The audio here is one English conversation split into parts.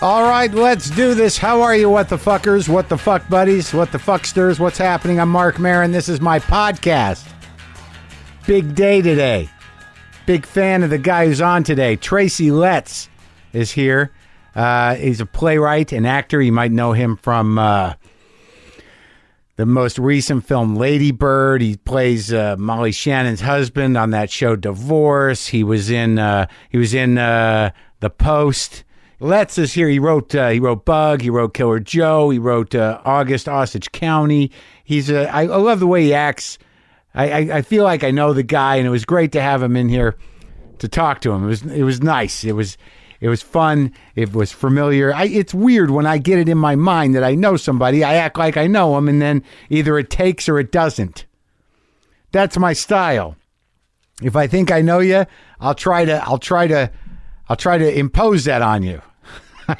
All right, let's do this. How are you, what the fuckers, what the fuck buddies, what the fucksters, what's happening? I'm Mark Marin. This is my podcast. Big day today. Big fan of the guy who's on today. Tracy Letts is here. Uh, he's a playwright and actor. You might know him from uh, the most recent film, Lady Bird. He plays uh, Molly Shannon's husband on that show, Divorce. He was in uh, he was in uh, The Post. Let's is here. He wrote uh, he wrote Bug. He wrote Killer Joe. He wrote uh, August Osage County. He's uh, I, I love the way he acts. I, I, I feel like I know the guy, and it was great to have him in here to talk to him. It was it was nice. It was it was fun. It was familiar. I, it's weird when I get it in my mind that I know somebody. I act like I know them, and then either it takes or it doesn't. That's my style. If I think I know you, I'll try to I'll try to I'll try to impose that on you.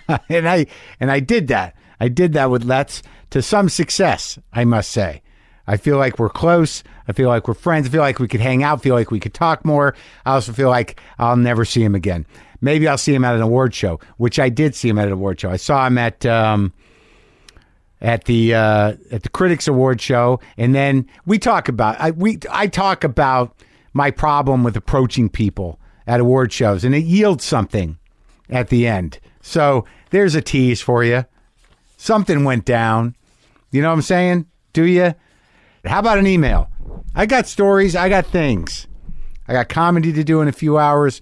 and I and I did that. I did that with Let's to some success, I must say. I feel like we're close. I feel like we're friends. I feel like we could hang out. I feel like we could talk more. I also feel like I'll never see him again. Maybe I'll see him at an award show, which I did see him at an award show. I saw him at um, at the uh, at the Critics Award show, and then we talk about I we I talk about my problem with approaching people at award shows, and it yields something at the end. So there's a tease for you. Something went down. You know what I'm saying? Do you? How about an email? I got stories. I got things. I got comedy to do in a few hours.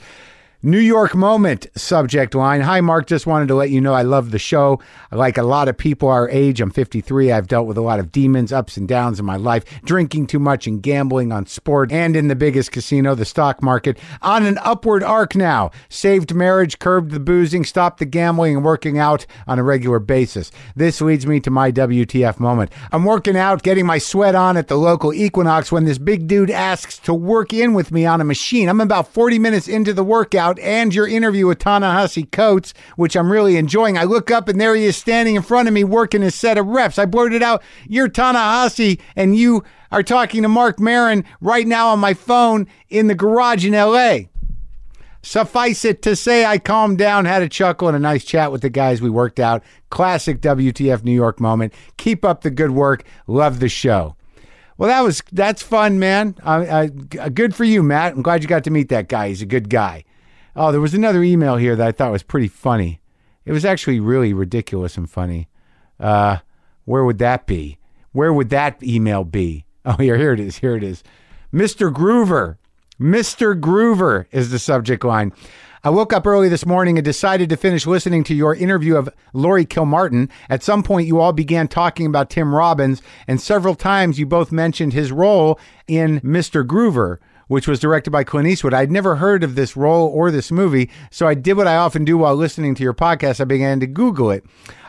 New York moment subject line. Hi, Mark. Just wanted to let you know I love the show. Like a lot of people our age, I'm 53. I've dealt with a lot of demons, ups and downs in my life, drinking too much and gambling on sport and in the biggest casino, the stock market, on an upward arc now. Saved marriage, curbed the boozing, stopped the gambling, and working out on a regular basis. This leads me to my WTF moment. I'm working out, getting my sweat on at the local Equinox when this big dude asks to work in with me on a machine. I'm about 40 minutes into the workout and your interview with Tanahasi Coates, which I'm really enjoying. I look up and there he is standing in front of me working his set of reps. I blurted out, You're Tanahasi, and you are talking to Mark Marin right now on my phone in the garage in LA. Suffice it to say, I calmed down, had a chuckle, and a nice chat with the guys we worked out. Classic WTF New York moment. Keep up the good work. Love the show. Well, that was that's fun, man. Uh, uh, good for you, Matt. I'm glad you got to meet that guy. He's a good guy. Oh, there was another email here that I thought was pretty funny. It was actually really ridiculous and funny. Uh, where would that be? Where would that email be? Oh, here, here it is. Here it is. Mr. Groover. Mr. Groover is the subject line. I woke up early this morning and decided to finish listening to your interview of Lori Kilmartin. At some point, you all began talking about Tim Robbins, and several times you both mentioned his role in Mr. Groover, which was directed by Clint Eastwood. I'd never heard of this role or this movie, so I did what I often do while listening to your podcast. I began to Google it.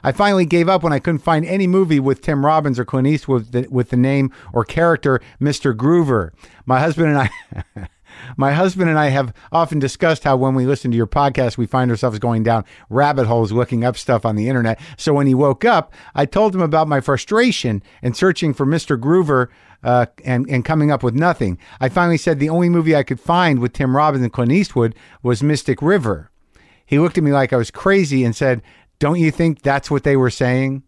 I finally gave up when I couldn't find any movie with Tim Robbins or Clint Eastwood with the, with the name or character Mr. Groover. My husband and I. My husband and I have often discussed how when we listen to your podcast, we find ourselves going down rabbit holes looking up stuff on the internet. So when he woke up, I told him about my frustration and searching for Mr. Groover uh, and, and coming up with nothing. I finally said the only movie I could find with Tim Robbins and Clint Eastwood was Mystic River. He looked at me like I was crazy and said, Don't you think that's what they were saying?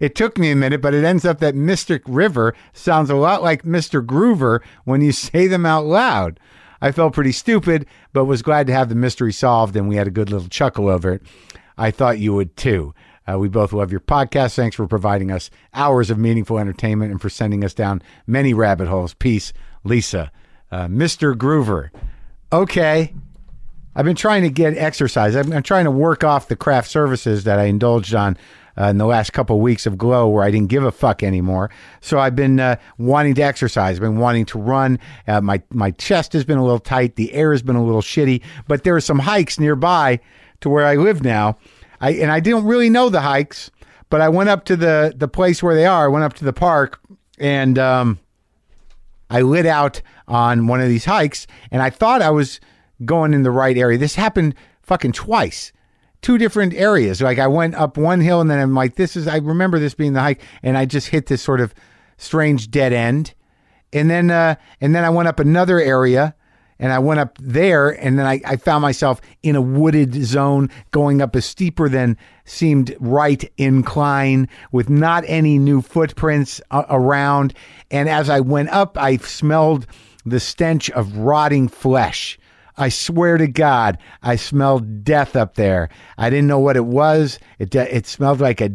It took me a minute, but it ends up that Mystic River sounds a lot like Mr. Groover when you say them out loud. I felt pretty stupid, but was glad to have the mystery solved, and we had a good little chuckle over it. I thought you would too. Uh, we both love your podcast. Thanks for providing us hours of meaningful entertainment and for sending us down many rabbit holes. Peace, Lisa. Uh, Mr. Groover. Okay. I've been trying to get exercise. I'm, I'm trying to work off the craft services that I indulged on uh, in the last couple weeks of glow, where I didn't give a fuck anymore. So I've been uh, wanting to exercise. I've been wanting to run. Uh, my my chest has been a little tight. The air has been a little shitty. But there are some hikes nearby to where I live now. I and I didn't really know the hikes, but I went up to the the place where they are. I went up to the park and. Um, I lit out on one of these hikes and I thought I was going in the right area. This happened fucking twice, two different areas. Like I went up one hill and then I'm like, this is, I remember this being the hike and I just hit this sort of strange dead end. And then, uh, and then I went up another area And I went up there, and then I, I found myself in a wooded zone going up a steeper than seemed right incline with not any new footprints a- around. And as I went up, I smelled the stench of rotting flesh. I swear to God, I smelled death up there. I didn't know what it was. It de- it smelled like a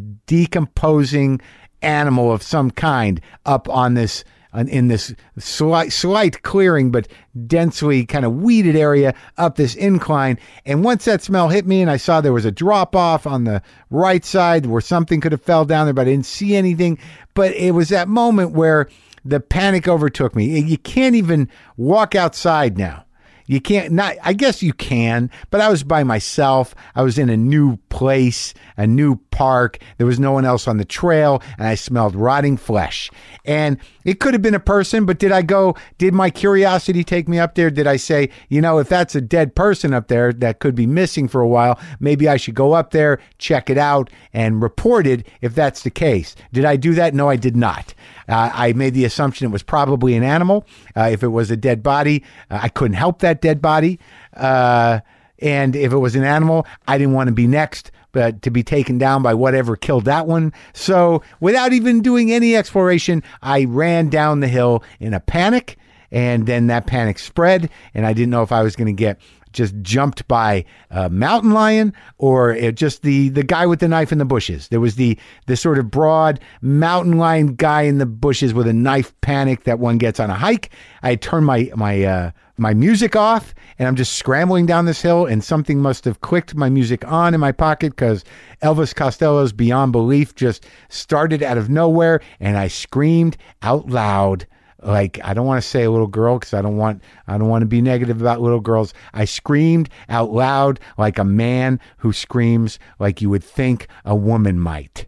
decomposing animal of some kind up on this on- in this slight slight clearing, but densely kind of weeded area up this incline. And once that smell hit me, and I saw there was a drop off on the right side where something could have fell down there, but I didn't see anything. But it was that moment where the panic overtook me. You can't even walk outside now. You can't not I guess you can, but I was by myself. I was in a new place, a new park. There was no one else on the trail and I smelled rotting flesh. And it could have been a person, but did I go did my curiosity take me up there? Did I say, you know, if that's a dead person up there that could be missing for a while, maybe I should go up there, check it out and report it if that's the case. Did I do that? No, I did not. Uh, I made the assumption it was probably an animal. Uh, if it was a dead body, uh, I couldn't help that dead body. Uh, and if it was an animal, I didn't want to be next, but to be taken down by whatever killed that one. So without even doing any exploration, I ran down the hill in a panic. And then that panic spread, and I didn't know if I was going to get just jumped by a mountain lion or it just the the guy with the knife in the bushes. There was the the sort of broad mountain lion guy in the bushes with a knife panic that one gets on a hike. I turn my my uh, my music off and I'm just scrambling down this hill and something must have clicked my music on in my pocket because Elvis Costello's Beyond Belief just started out of nowhere and I screamed out loud like I don't want to say a little girl because I don't want I don't want to be negative about little girls. I screamed out loud like a man who screams like you would think a woman might.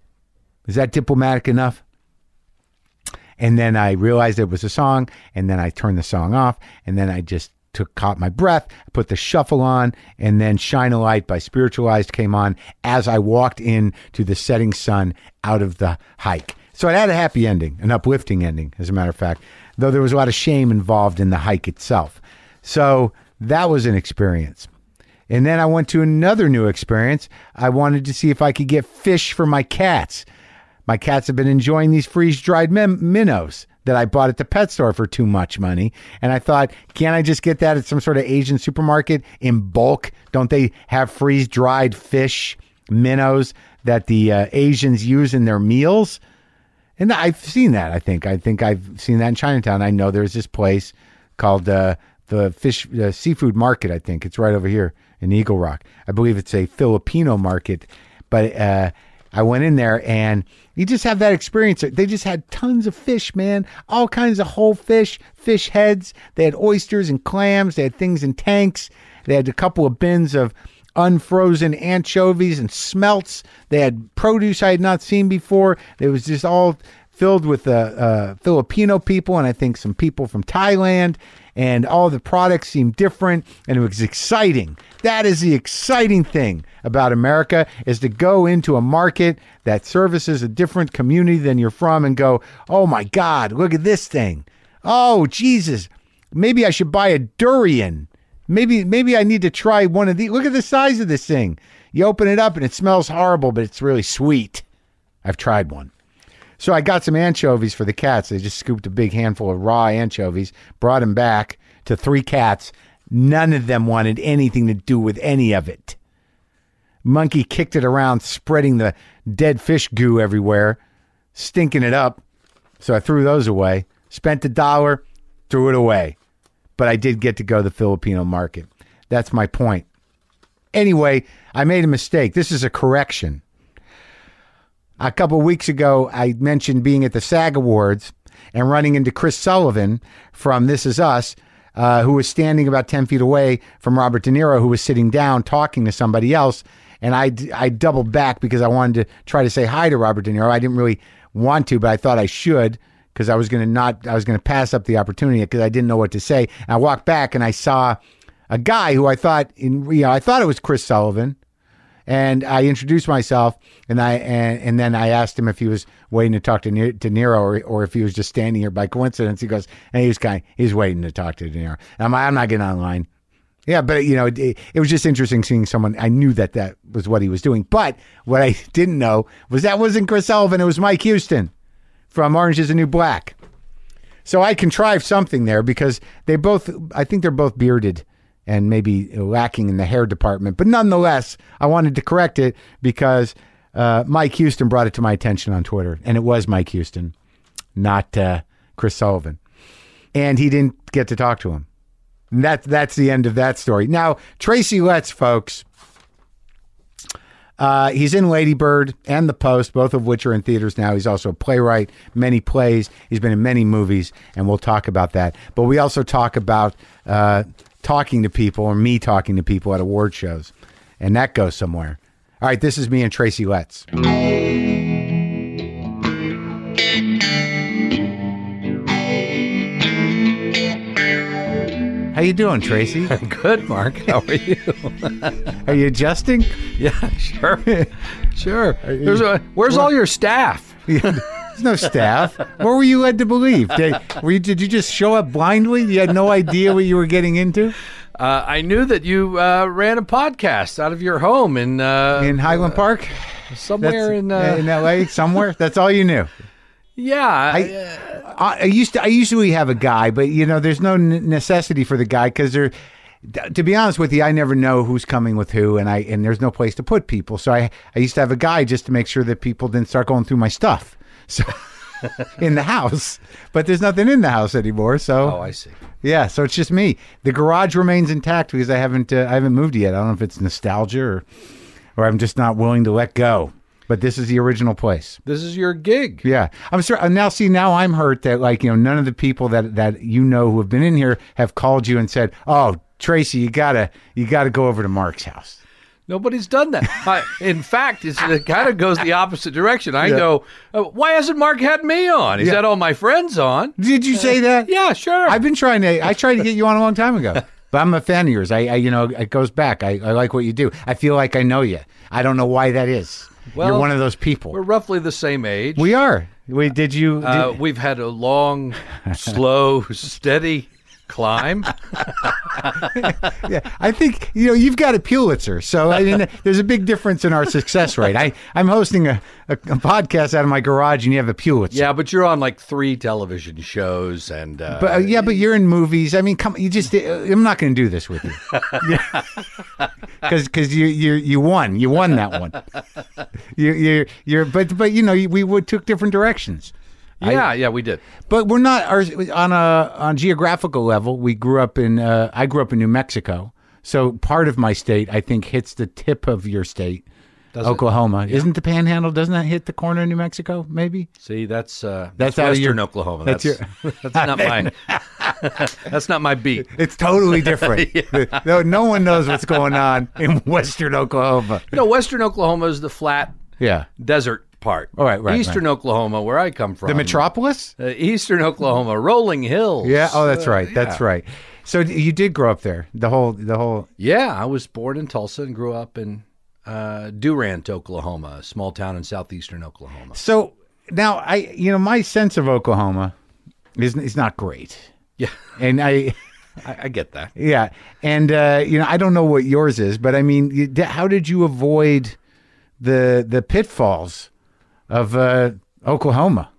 Is that diplomatic enough? And then I realized it was a song, and then I turned the song off, and then I just took caught my breath, put the shuffle on, and then Shine a Light by Spiritualized came on as I walked in to the setting sun out of the hike. So it had a happy ending, an uplifting ending, as a matter of fact, though there was a lot of shame involved in the hike itself. So that was an experience. And then I went to another new experience. I wanted to see if I could get fish for my cats. My cats have been enjoying these freeze dried min- minnows that I bought at the pet store for too much money. And I thought, can't I just get that at some sort of Asian supermarket in bulk? Don't they have freeze dried fish minnows that the uh, Asians use in their meals? And I've seen that. I think. I think I've seen that in Chinatown. I know there's this place called uh, the fish uh, seafood market. I think it's right over here in Eagle Rock. I believe it's a Filipino market, but uh, I went in there and you just have that experience. They just had tons of fish, man. All kinds of whole fish, fish heads. They had oysters and clams. They had things in tanks. They had a couple of bins of unfrozen anchovies and smelts. They had produce I had not seen before. It was just all filled with uh, uh, Filipino people and I think some people from Thailand. And all the products seemed different, and it was exciting. That is the exciting thing about America is to go into a market that services a different community than you're from and go, oh my God, look at this thing. Oh Jesus, maybe I should buy a durian. Maybe maybe I need to try one of these. Look at the size of this thing. You open it up and it smells horrible, but it's really sweet. I've tried one. So I got some anchovies for the cats. They just scooped a big handful of raw anchovies, brought them back to three cats. None of them wanted anything to do with any of it. Monkey kicked it around, spreading the dead fish goo everywhere, stinking it up. So I threw those away, spent a dollar, threw it away but I did get to go to the Filipino market. That's my point. Anyway, I made a mistake. This is a correction. A couple of weeks ago, I mentioned being at the SAG Awards and running into Chris Sullivan from This Is Us, uh, who was standing about 10 feet away from Robert De Niro, who was sitting down talking to somebody else. And I, I doubled back because I wanted to try to say hi to Robert De Niro. I didn't really want to, but I thought I should because I was going to not, I was going to pass up the opportunity because I didn't know what to say. And I walked back and I saw a guy who I thought, in, you know, I thought it was Chris Sullivan and I introduced myself, and I and, and then I asked him if he was waiting to talk to ne- De Niro or, or if he was just standing here by coincidence. He goes, and he was kind, he's waiting to talk to De Niro. And I'm like, I'm not getting online. Yeah, but you know, it, it was just interesting seeing someone. I knew that that was what he was doing, but what I didn't know was that wasn't Chris Sullivan. It was Mike Houston from Orange Is the New Black. So I contrived something there because they both, I think they're both bearded and maybe lacking in the hair department. But nonetheless, I wanted to correct it because uh, Mike Houston brought it to my attention on Twitter. And it was Mike Houston, not uh, Chris Sullivan. And he didn't get to talk to him. And that, that's the end of that story. Now, Tracy Letts, folks. Uh, he's in Ladybird and The Post, both of which are in theaters now. He's also a playwright, many plays. He's been in many movies, and we'll talk about that. But we also talk about uh, talking to people, or me talking to people at award shows, and that goes somewhere. All right, this is me and Tracy Letts. How you doing, Tracy? Good, Mark. How are you? Are you adjusting? Yeah, sure. Sure. There's a, where's all your staff? There's no staff. what were you led to believe? Did, were you, did you just show up blindly? You had no idea what you were getting into Uh, I knew that you uh, ran a podcast out of your home in, uh, in Highland Park, somewhere in. Uh, in L.A. somewhere. That's all you knew. yeah. I, I, I used to. I usually have a guy, but you know, there's no n- necessity for the guy because there. th- To be honest with you, I never know who's coming with who, and I and there's no place to put people. So I I used to have a guy just to make sure that people didn't start going through my stuff. So. in the house, but there's nothing in the house anymore. So oh, I see. Yeah, so it's just me. The garage remains intact because I haven't uh, I haven't moved yet. I don't know if it's nostalgia or or I'm just not willing to let go. But this is the original place. This is your gig. Yeah, I'm sorry. Now, see, now I'm hurt that like you know none of the people that that you know who have been in here have called you and said, "Oh, Tracy, you gotta you gotta go over to Mark's house." Nobody's done that. I, in fact, it's, it kind of goes the opposite direction. I go, uh, why hasn't Mark had me on? He's Yeah. had all my friends on. Did you say that? Yeah, sure. I've been trying to. I tried to get you on a long time ago, but I'm a fan of yours. I, I you know, it goes back. I, I like what you do. I feel like I know you. I don't know why that is. You're Well, one of those We're people. roughly the same age. We are. We did you? Uh, did- we've had a long, slow, steady climb. yeah, I think you know you've got a Pulitzer, so I mean, there's a big difference in our success rate. I I'm hosting a, a, a podcast out of my garage, and you have a Pulitzer. Yeah, but you're on like three television shows, and uh, But uh, yeah, but you're in movies. I mean, come, you just. Uh, I'm not going to do this with you, because you you you won. You won that one. You you you're. But but you know you- we would took different directions. yeah, yeah, we did. But we're not our, on a on geographical level. We grew up in. Uh, I grew up in New Mexico, so part of my state I think hits the tip of your state, Does it? Oklahoma. Isn't the Panhandle? Doesn't that hit the corner of New Mexico? Maybe. See, that's uh, That's that's, out of Western your- Oklahoma. that's That's that's not my that's not my beat. It's totally different. no, no one knows what's going on in Western Oklahoma. No, Western Oklahoma is the flat Yeah. desert part. All right, right, Eastern Oklahoma, where I come from, The metropolis? uh, Eastern Oklahoma, rolling hills. Yeah. Oh, that's Uh, right. That's yeah. right. So d- you did grow up there. The whole, the whole. Yeah, I was born in Tulsa and grew up in uh, Durant, Oklahoma, a small town in southeastern Oklahoma. So now I, you know, my sense of Oklahoma is is not great, Yeah, and I, I, I get that. yeah, and uh, you know, I don't know what yours is, but I mean, you, d- how did you avoid the the pitfalls of uh, Oklahoma?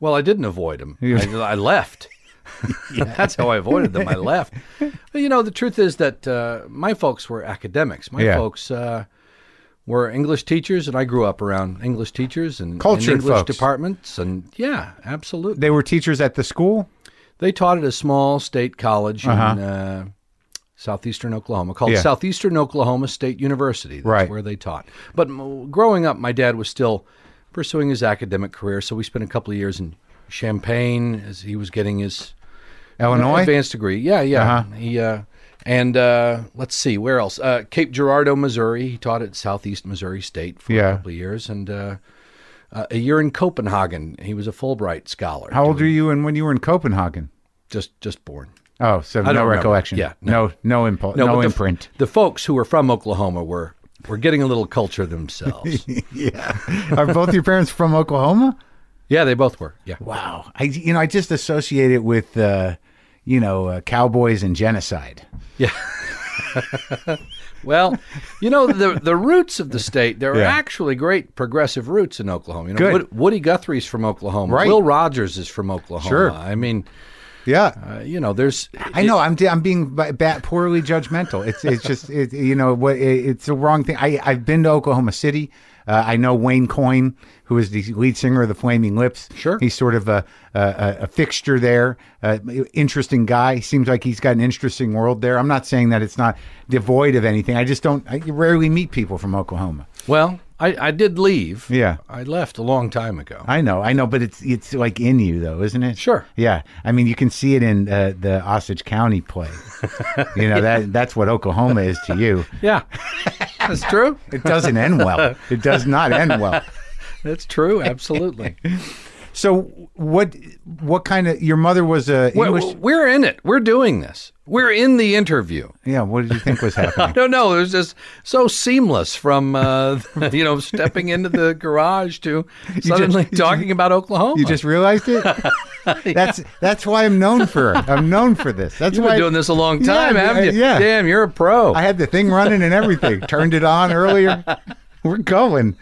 Well, I didn't avoid them. I, I left. That's how I avoided them. I left. But, you know, the truth is that uh, my folks were academics. My Yeah. folks uh, were English teachers, and I grew up around English teachers and and Cultured English folks. departments. And yeah, absolutely. They were teachers at the school. They taught at a small state college in uh, southeastern Oklahoma called Uh-huh. Yeah. Southeastern Oklahoma State University. That's Right. where they taught. But m- growing up, my dad was still pursuing his academic career, so we spent a couple of years in Champaign as he was getting his Illinois. Uh-huh. advanced degree. Yeah, yeah. He uh, and uh, let's see where else. Uh, Cape Girardeau, Missouri. He taught at Southeast Missouri State for Yeah. a couple of years, and uh, uh, a year in Copenhagen. He was a Fulbright scholar. How old were you, and when you were in Copenhagen? Just just born. Oh, so don't no remember. recollection. Yeah, no, no, impulse, no, but the- imprint. The, folks who were from Oklahoma were We're getting a little culture themselves. yeah. Are both your parents from Oklahoma? yeah, they both were. Yeah. Wow. I you know I just associate it with uh, you know uh, cowboys and genocide. Yeah. well, you know the the roots of the state. There are Yeah. actually great progressive roots in Oklahoma. You know, Good. Wood, Woody Guthrie's from Oklahoma. Right. Will Rogers is from Oklahoma. Sure. I mean, Yeah. uh, you know, there's. I know I'm I'm being ba- ba- poorly judgmental. It's it's just it, you know what it, it's the wrong thing. I I've been to Oklahoma City. Uh, I know Wayne Coyne, who is the lead singer of the Flaming Lips. Sure. he's sort of a a, a- a fixture there. Uh, interesting guy. Seems like he's got an interesting world there. I'm not saying that it's not devoid of anything. I just don't. I rarely meet people from Oklahoma. Well, I, I did leave. Yeah. I left a long time ago. I know, I know, but it's it's like in you though, isn't it? Sure. Yeah, I mean, you can see it in uh, the Osage County play. you know that that's what Oklahoma is to you. yeah, that's true. It doesn't end well. It does not end well. That's true. Absolutely. So what what kind of your mother was a We're- English? we're in it. We're doing this. We're in the interview. yeah. What did you think was I happening? don't know. It was just so seamless from uh, you know stepping into the garage to suddenly you talking about Oklahoma. You just realized it. That's that's why I'm known for. I'm known for this. That's You've why been doing this a long time, Yeah, haven't you? yeah. Damn, you're a pro. I had the thing running and everything. Turned it on earlier. We're going.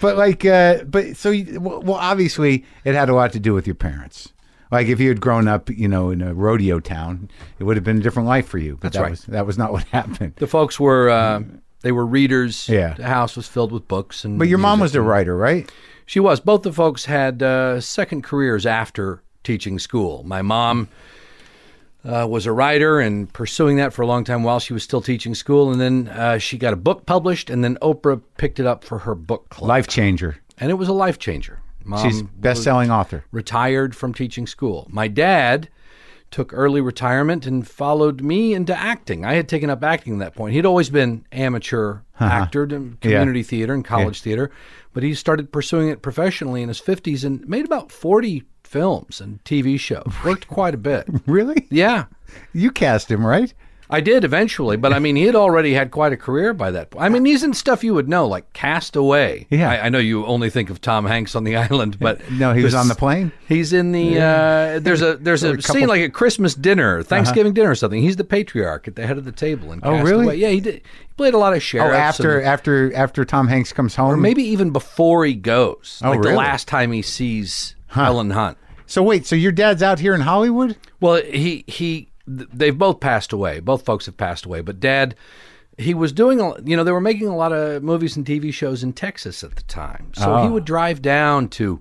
But like, uh, but so you, well, well, obviously, it had a lot to do with your parents. Like, if you had grown up, you know, in a rodeo town, it would have been a different life for you. But That's that right. was that was not what happened. the folks were uh, they were readers. Mm. Yeah. The house was filled with books and. But your mom music. was a writer, right? She was. Both the folks had uh, second careers after teaching school. My mom uh, was a writer and pursuing that for a long time while she was still teaching school, and then uh, she got a book published, and then Oprah picked it up for her book club. Life changer. and it was a life changer. Mom She's best-selling author. retired from teaching school. My dad took early retirement and followed me into acting. I had taken up acting at that point. He'd always been amateur actor, in community theater and college theater, but he started pursuing it professionally in his 50s and made about 40 films and TV shows. Worked quite a bit. Really? Yeah. You cast him, right? I did eventually, but I mean, he had already had quite a career by that point. I mean, he's in stuff you would know, like Cast Away. Yeah. I, I know you only think of Tom Hanks on the island, but No, he was on the plane. He's in the uh, there's a there's a, scene like a Christmas dinner, Thanksgiving dinner or something. He's the patriarch at the head of the table. And Uh-huh. Oh, really? Yeah, he did. He played a lot of Oh, sheriffs. after and- after after Tom Hanks comes home, maybe even before he goes. Oh, like really? the last time he sees Helen Hunt. So wait, so your dad's out here in Hollywood? Well, he he th- they've both passed away. Both folks have passed away, but dad he was doing a, you know they were making a lot of movies and TV shows in Texas at the time. So Oh. he would drive down to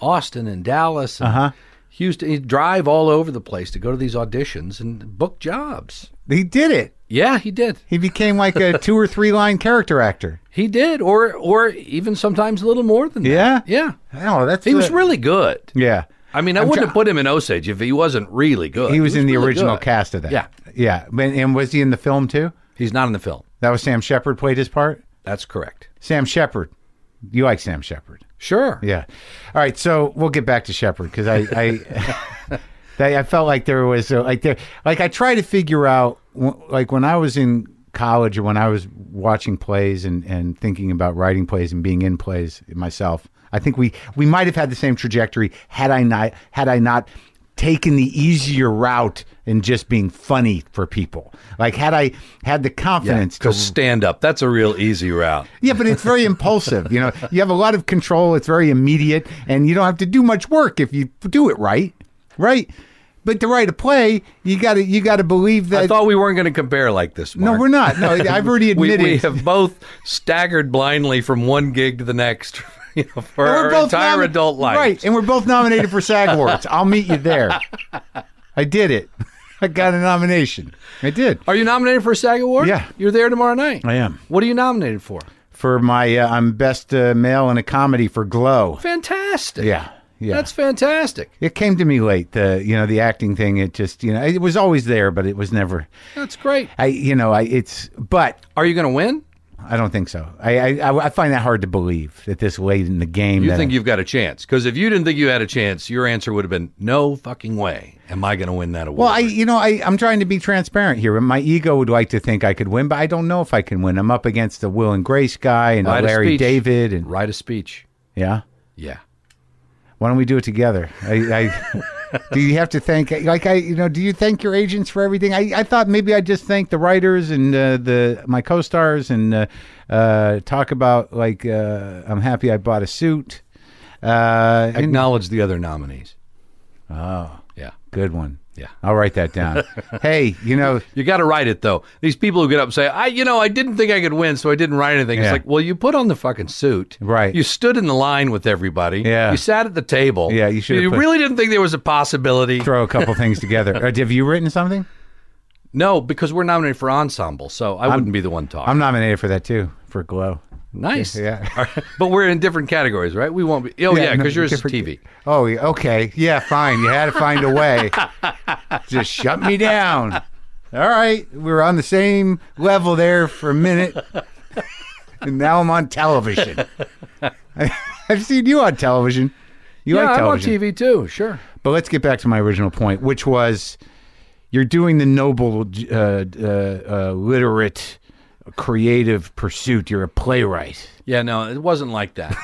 Austin and Dallas and Uh-huh. Houston. He'd drive all over the place to go to these auditions and book jobs. He did it. Yeah, he did. He became like a two or three line character actor. He did or or even sometimes a little more than that. Yeah? Yeah. Oh, that's He was uh, really good. Yeah. I mean, I I'm wouldn't try- have put him in Osage if he wasn't really good. He was, in the really original good. cast of that. Yeah. Yeah. And, and was he in the film too? He's not in the film. That was Sam Shepard played his part? That's correct. Sam Shepard. You like Sam Shepard. Sure. Yeah. All right. So we'll get back to Shepard because I, I, that- I felt like there was uh, like there, like I try to figure out wh- like when I was in college or when I was watching plays and, and thinking about writing plays and being in plays myself. I think we we might have had the same trajectory had I not had I not taken the easier route and just being funny for people. Like had I had the confidence to Because stand up, that's a real easy route. yeah, but it's very impulsive. You know, you have a lot of control. It's very immediate, and you don't have to do much work if you do it right, right? But to write a play, you got to you got to believe that. I thought we weren't going to compare like this. no, Mark. we're not. No, I've already We, admitted. we have both staggered blindly from one gig to the next you know, for And our entire nomi- adult life. right? And we're both nominated for SAG awards. I'll meet you there. I did it. I got a nomination. I did Are you nominated for a SAG award? Yeah. you're there tomorrow night. I am. What are you nominated for? for my uh, I'm best uh, male in a comedy for Glow. Fantastic. Yeah, yeah. That's fantastic. It came to me late. The you know the acting thing. It just you know it was always there, but it was never. That's great. I you know I it's but Are you going to win? I don't think so. I, I- I I find that hard to believe that this late in the game. You that think you've got a chance? Because if you didn't think you had a chance, your answer would have been no fucking way. Am I going to win that award? Well, I you know I I'm trying to be transparent here. My ego would like to think I could win, but I don't know if I can win. I'm up against the Will and Grace guy and Write a Larry speech. David and write a speech. yeah. Yeah. Why don't we do it together? I, I do you have to thank like I you know do you thank your agents for everything? I, I thought maybe I'd just thank the writers and uh, the my co-stars and uh, uh, talk about like uh, I'm happy I bought a suit. Uh, and- Acknowledge the other nominees. Oh. Yeah. good one. Yeah. I'll write that down. hey, you know You got to write it though. These people who get up and say, "I, you know, I didn't think I could win, so I didn't write anything." Yeah. It's like, well, you put on the fucking suit, Right. You stood in the line with everybody. Yeah. You sat at the table. Yeah, you should've You put- really didn't think there was a possibility. throw a couple things together. Uh, have you written something? No, because we're nominated for ensemble, so I wouldn't be the one talking. I'm nominated for that too for Glow. nice. Yeah. All right. but we're in different categories, right? We won't be. Oh yeah, no, because yours is different- TV. Oh, yeah, okay. Yeah, fine. You had to find a way. Just shut me down. All right. We were on the same level there for a minute. And now I'm on television. I've seen you on television. You yeah, like I'm on television. TV too. Sure. But let's get back to my original point, which was you're doing the noble, uh, uh, uh, literate, creative pursuit. You're a playwright. Yeah, no, it wasn't like that.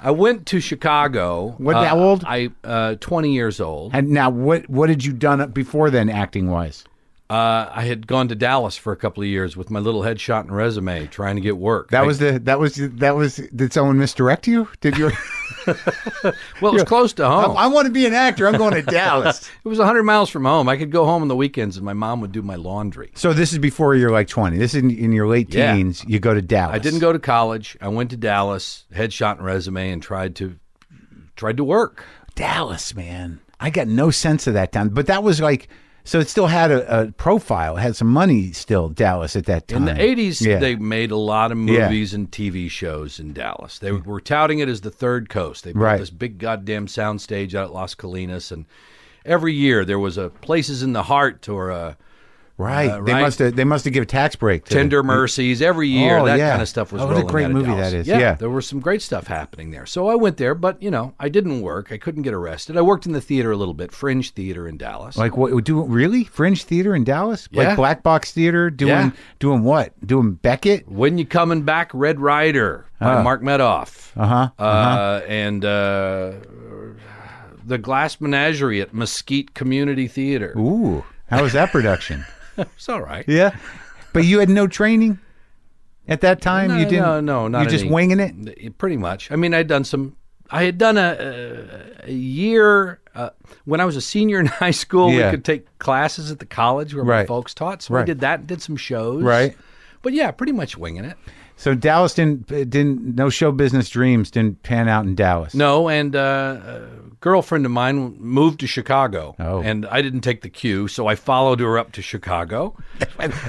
I went to Chicago. What, uh, how old? I uh, twenty years old. And now, what what had you done before then, acting wise? Uh, I had gone to Dallas for a couple of years with my little headshot and resume, trying to get work. That I- was the that was that was did someone misdirect you? Did you? well, it was close to I, home. I want to be an actor. I'm going to Dallas. it was hundred miles from home. I could go home on the weekends, and my mom would do my laundry. So this is before you're like 20. This is in, in your late Yeah. teens. You go to Dallas. I didn't go to college. I went to Dallas, headshot and resume, and tried to tried to work. Dallas, man. I got no sense of that town, but that was like so. It still had a, a profile. It had some money still. Dallas at that In time the eighties, Yeah. they made a lot of movies and TV shows in Dallas. They were touting it as the Third Coast. They built Mm. Right. this big goddamn soundstage out at Las Colinas, and every year there was a Places in the Heart or a right. uh, They right. must have. They must have give a tax break. To Tender Mercies every year. Oh, that yeah. kind of stuff was Oh, what a rolling great out of movie Dallas. that is. Yeah, Yeah. there was some great stuff happening there. So I went there, but you know, I didn't work. I couldn't get arrested. I worked in the theater a little bit, Fringe Theater in Dallas. Like what? Do really fringe theater in Dallas? Like Yeah. black box theater? Doing Yeah. doing what? Doing Beckett? when you coming back, Red Rider by Mark Medoff, Ah. Uh-huh, uh, and uh, the Glass Menagerie at Mesquite Community Theater. Ooh, how was that production? It's all right. Yeah, but you had no training at that time. No, you didn't. no, no, not You're just any- winging it. pretty much. I mean, I'd done some. I had done a, a year uh, when I was a senior in high school. Yeah. We could take classes at the college where my Right. folks taught, so I Right. did that. and Did some shows, Right. But yeah, pretty much winging it. So Dallas didn't uh, didn't no show business dreams didn't pan out in Dallas. No, and uh, a girlfriend of mine moved to Chicago, Oh. and I didn't take the cue, so I followed her up to Chicago.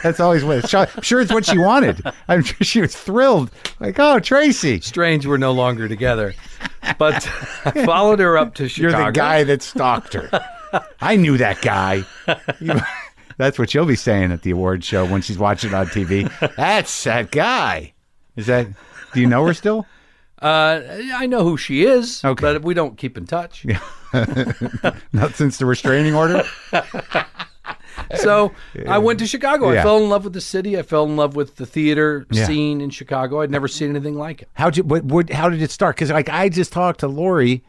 That's always what. it's- I'm sure it's what she wanted. I'm sure she was thrilled. Like, oh, Tracy, Strange, we're no longer together, but I followed her up to you're Chicago. the guy that stalked her. I knew that guy. You- That's what she'll be saying at the award show when she's watching on TV. That's that guy. Is that? Do you know her still? Uh, I know who she is, Okay. but we don't keep in touch. Not since the restraining order. So I went to Chicago. Yeah. I fell in love with the city. I fell in love with the theater Yeah. scene in Chicago. I'd never seen anything like it. How did what, what how did it start? Because like I just talked to Lori,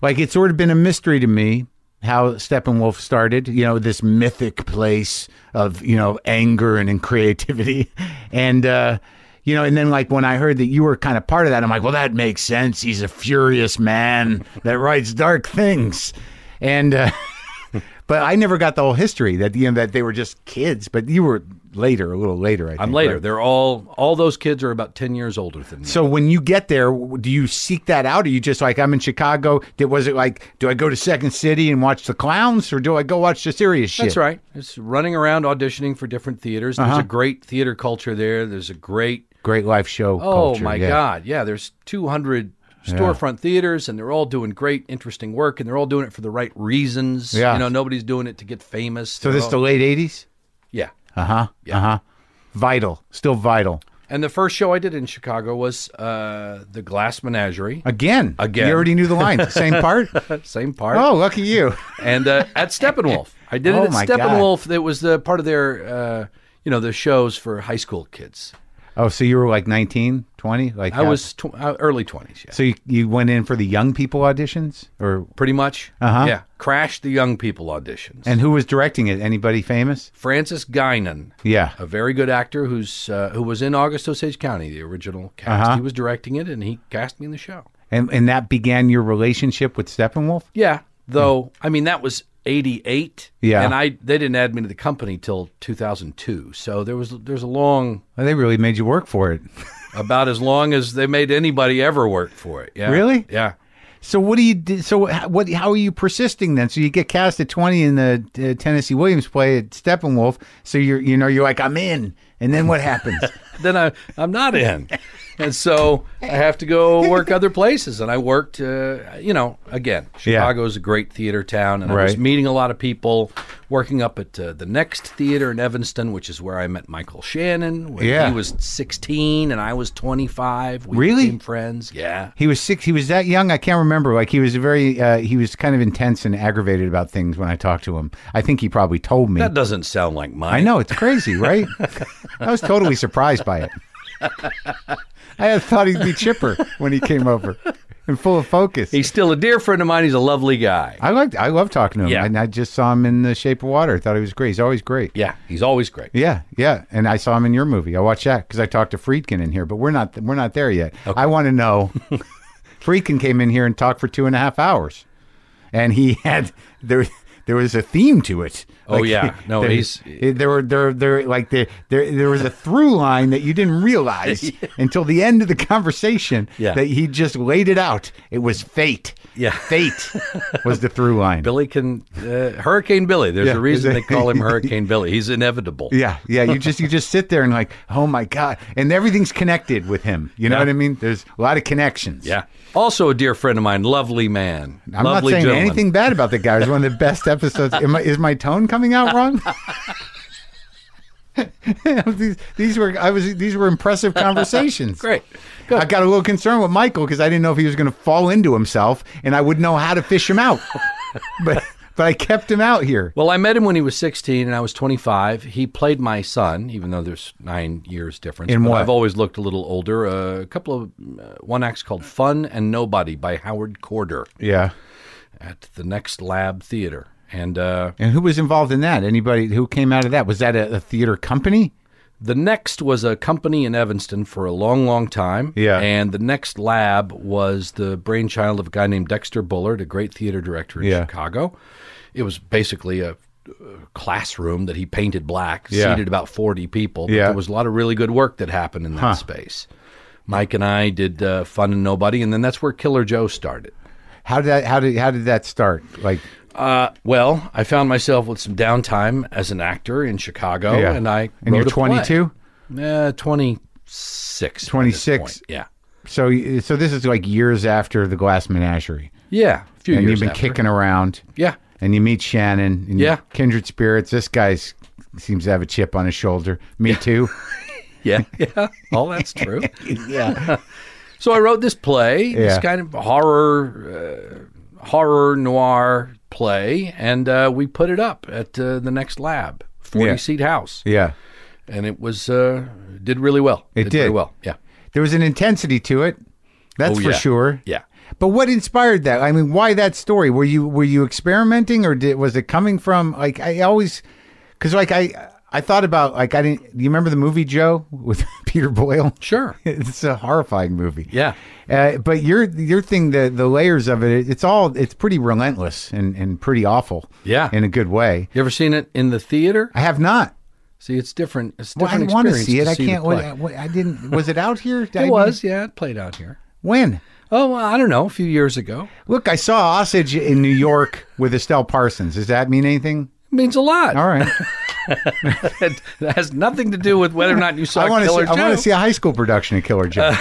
like it's sort of been a mystery to me how Steppenwolf started. You know, this mythic place of you know anger and, and creativity, and uh, you know, and then like when I heard that you were kind of part of that, I'm like, well, that makes sense. He's a furious man that writes dark things, and. Uh, But I never got the whole history that you know that they were just kids. But you were later, a little later. I think, I'm later. right? They're all all those kids are about ten years older than me. So when you get there, w- do you seek that out? Are you just like I'm in Chicago? Did, was it like do I go to Second City and watch the clowns, or do I go watch the serious shit? That's right. It's running around auditioning for different theaters. Uh-huh. There's a great theater culture there. There's a great Great life show. oh culture, my yeah. god yeah. There's 200 storefront theaters and they're all doing great interesting work and they're all doing it for the right reasons. Yeah. You know nobody's doing it to get famous. So this is the late '80s. Oh. yeah Uh huh. Uh huh. Vital, Uh-huh, still vital. And the first show I did in Chicago was uh, the Glass Menagerie, Again. Again. You already knew the lines. Same part? same part, Oh, look at you. and uh, at Steppenwolf. I did Oh it my at God. Steppenwolf. That was the part of their, uh, you know, the shows for high school kids. Oh, so you were like 19, 20? Like I that. was tw- uh, early twenties, yeah, So you, you went in for the young people auditions? or pretty much. Uh-huh. Yeah, crashed the young people auditions. And who was directing it? Anybody famous? Francis Guinan, Yeah. a very good actor who's uh, who was in August Osage County, the original cast. Uh-huh. He was directing it, and he cast me in the show. And, and that began your relationship with Steppenwolf? Yeah, though I mean that was '88. Yeah. and I they didn't add me to the company till 2002. So there was there's a long Well, they really made you work for it. about as long as they made anybody ever work for it. Yeah, Really? Yeah. So what do you do? So h- what? How are you persisting then? So you get cast at twenty in the uh, Tennessee Williams play at Steppenwolf. So you're you know you're like I'm in, and then what happens? Then I I'm not in, and so I have to go work other places. And I worked, uh, you know, again, Yeah. Chicago is a great theater town, and I was Right. meeting a lot of people. Working up at uh, the Next Theater in Evanston, which is where I met Michael Shannon. When Yeah. he was 16 and I was 25. We Really? became friends. Yeah. he was six. He was that young. I can't remember. Like he was very. Uh, he was kind of intense and aggravated about things when I talked to him. I think he probably told me. That doesn't sound like mine. I know it's crazy, right? I was totally surprised by it. I had thought he'd be chipper when he came over and full of focus. He's still a dear friend of mine. He's a lovely guy. I liked. I love talking to him. Yeah. And I just saw him in The Shape of Water. I thought he was great. He's always great. Yeah, he's always great. Yeah, yeah, and I saw him in your movie. I watched that because I talked to Friedkin in here, but we're not we're not there yet. I want to know. Friedkin came in here and talked for two and a half hours, and he had there there was a theme to it. Oh, yeah. No, there, eh, he's- there were there there like there there there was a through line that you didn't realize until the end of the conversation. Yeah. that he just laid it out. It was fate. Yeah. fate was the through line. Billy can uh, Hurricane Billy. There's Yeah, a reason they exactly. call him Hurricane Billy. He's inevitable. Yeah, yeah. You just you just sit there and like, oh my god, and everything's connected with him. You know Yeah. what I mean? There's a lot of connections. Yeah. Also a dear friend of mine, lovely man. I'm lovely not saying gentleman. anything bad about the guy. It was one of the best episodes. Am I, is my tone coming out wrong? these, these were I was these were impressive conversations. Great. I got a little concerned with Michael because I didn't know if he was going to fall into himself, and I wouldn't know how to fish him out. but but I kept him out here. Well, I met him when he was 16 and I was 25. He played my son, even though there's nine years difference. In but what? I've always looked a little older. Uh, a couple of uh, one acts called Fun and Nobody by Howard Corder Yeah. at the Next Lab Theater. And uh, And who was involved in that? Anybody who came out of that? Was that a, a theater company? The next was a company in Evanston for a long, long time. Yeah. And the next lab was the brainchild of a guy named Dexter Bullard, a great theater director in Yeah. Chicago. It was basically a uh, classroom that he painted black, Yeah. seated about 40 people. But Yeah. There was a lot of really good work that happened in that space. Mike and I did uh, Fun and Nobody, and then that's where Killer Joe started. How did that, how did how did that start? Like Uh, well, I found myself with some downtime as an actor in Chicago, Yeah. Oh, and I and you're wrote a play. 22. Uh, 26. at this 26. point. Yeah. So you- so this is like years after the Glass Menagerie, Yeah. A few and years you've been after. kicking around. Yeah. And you meet Shannon. And Yeah. Kindred spirits. This guy's seems to have a chip on his shoulder. Me too. Yeah. Yeah. All that's true. yeah. So I wrote this play, this Yeah. kind of horror, uh, horror noir play, and uh, we put it up at uh, the next lab, 40 Yeah. seat house. Yeah. And it was, uh, did really well. It very did. well. Yeah. There was an intensity to it. That's Oh, for yeah. sure. Yeah. But what inspired that? I mean, why that story? Were you were you experimenting, or did, was it coming from like I always? Because like I I thought about like I didn't. You remember the movie Joe with Peter Boyle? Sure. it's a horrifying movie. Yeah. Uh, but your your thing, the the layers of it, it's all it's pretty relentless and and pretty awful. Yeah. in a good way. You ever seen it in the theater? I have not. See, it's different. It's a Well, I different want to experience see the it. I can't. play. What, what, I didn't. Was it out here? It was, yeah. It played out here. When? Oh, well, I don't know. A few years ago. Look, I saw Osage in New York with Estelle Parsons. Does that mean anything? It means a lot. All right. that, that has nothing to do with whether or not you saw I want to see. Killer I Joe. Uh, want to see a high school production of Killer Joe.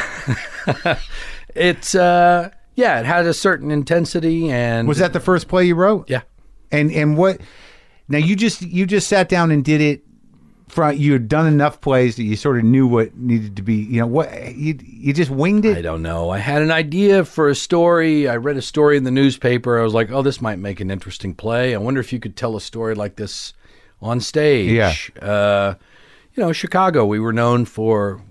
It's uh, yeah, it has a certain intensity and was that the first play you wrote? yeah. And and what? Now you just you just sat down and did it front you had done enough plays that you sort of knew what needed to be you know what you you just winged I it don't know. I had an idea for a story. I read a story in the newspaper. I was like, oh, this might make an interesting play. I wonder if you could tell a story like this on stage. Yeah. Uh, you know, Chicago, we were known for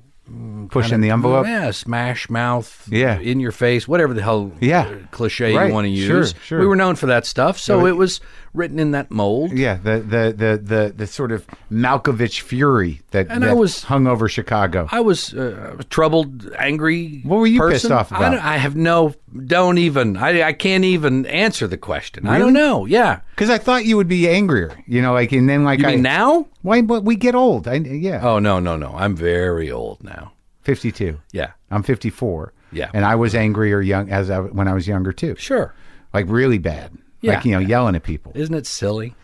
pushing the envelope yeah, smash mouth, Yeah. in your face, whatever the hell Yeah. uh, cliche Right. you want to Sure, use. sure. We were known for that stuff. So it was written in that mold. yeah the the the the, the sort of Malkovich fury that, And that I was- hung over Chicago I was uh, troubled, angry. What were you person. pissed off I, about? don't- I have no. Don't even. I, I can't even answer the question. I don't know. Yeah. because I thought you would be angrier you know like and then like You I mean now? why but we get old I yeah Oh no, no, no. I'm very old now. fifty two Yeah. I'm fifty four Yeah. and I was angrier young as I when I was younger too Sure. like really bad Yeah. like you know yelling at people Isn't it silly?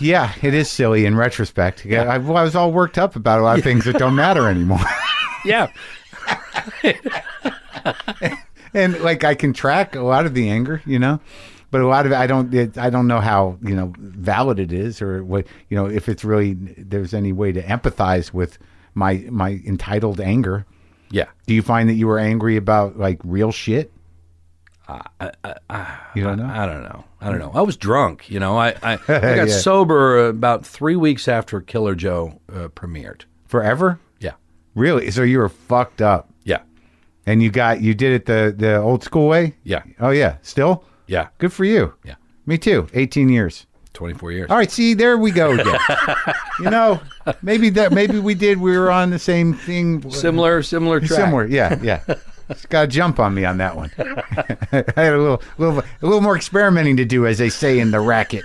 Yeah, it is silly in retrospect. Yeah, I, well, I was all worked up about a lot of things that don't matter anymore, Yeah. and like I can track a lot of the anger, you know, but a lot of it, I don't. It, I don't know how you know valid it is, or what you know if it's really there's any way to empathize with my my entitled anger. Yeah. Do you find that you were angry about like real shit? you don't know. Uh, I don't know. I don't know. I was drunk. You know. I I, I got Yeah. sober about three weeks after Killer Joe uh, premiered. Forever, Yeah. really? So you were fucked up, Yeah. and you got you did it the the old school way. Yeah. Oh yeah, still. Yeah. Good for you. Yeah. Me too. 18 years. Twenty four years. All right, see, there we go again. you know, maybe that maybe we did we were on the same thing Similar. Similar. Track. somewhere. Yeah, yeah. It's got a jump on me on that one. I had a little little a little more experimenting to do as they say in the racket.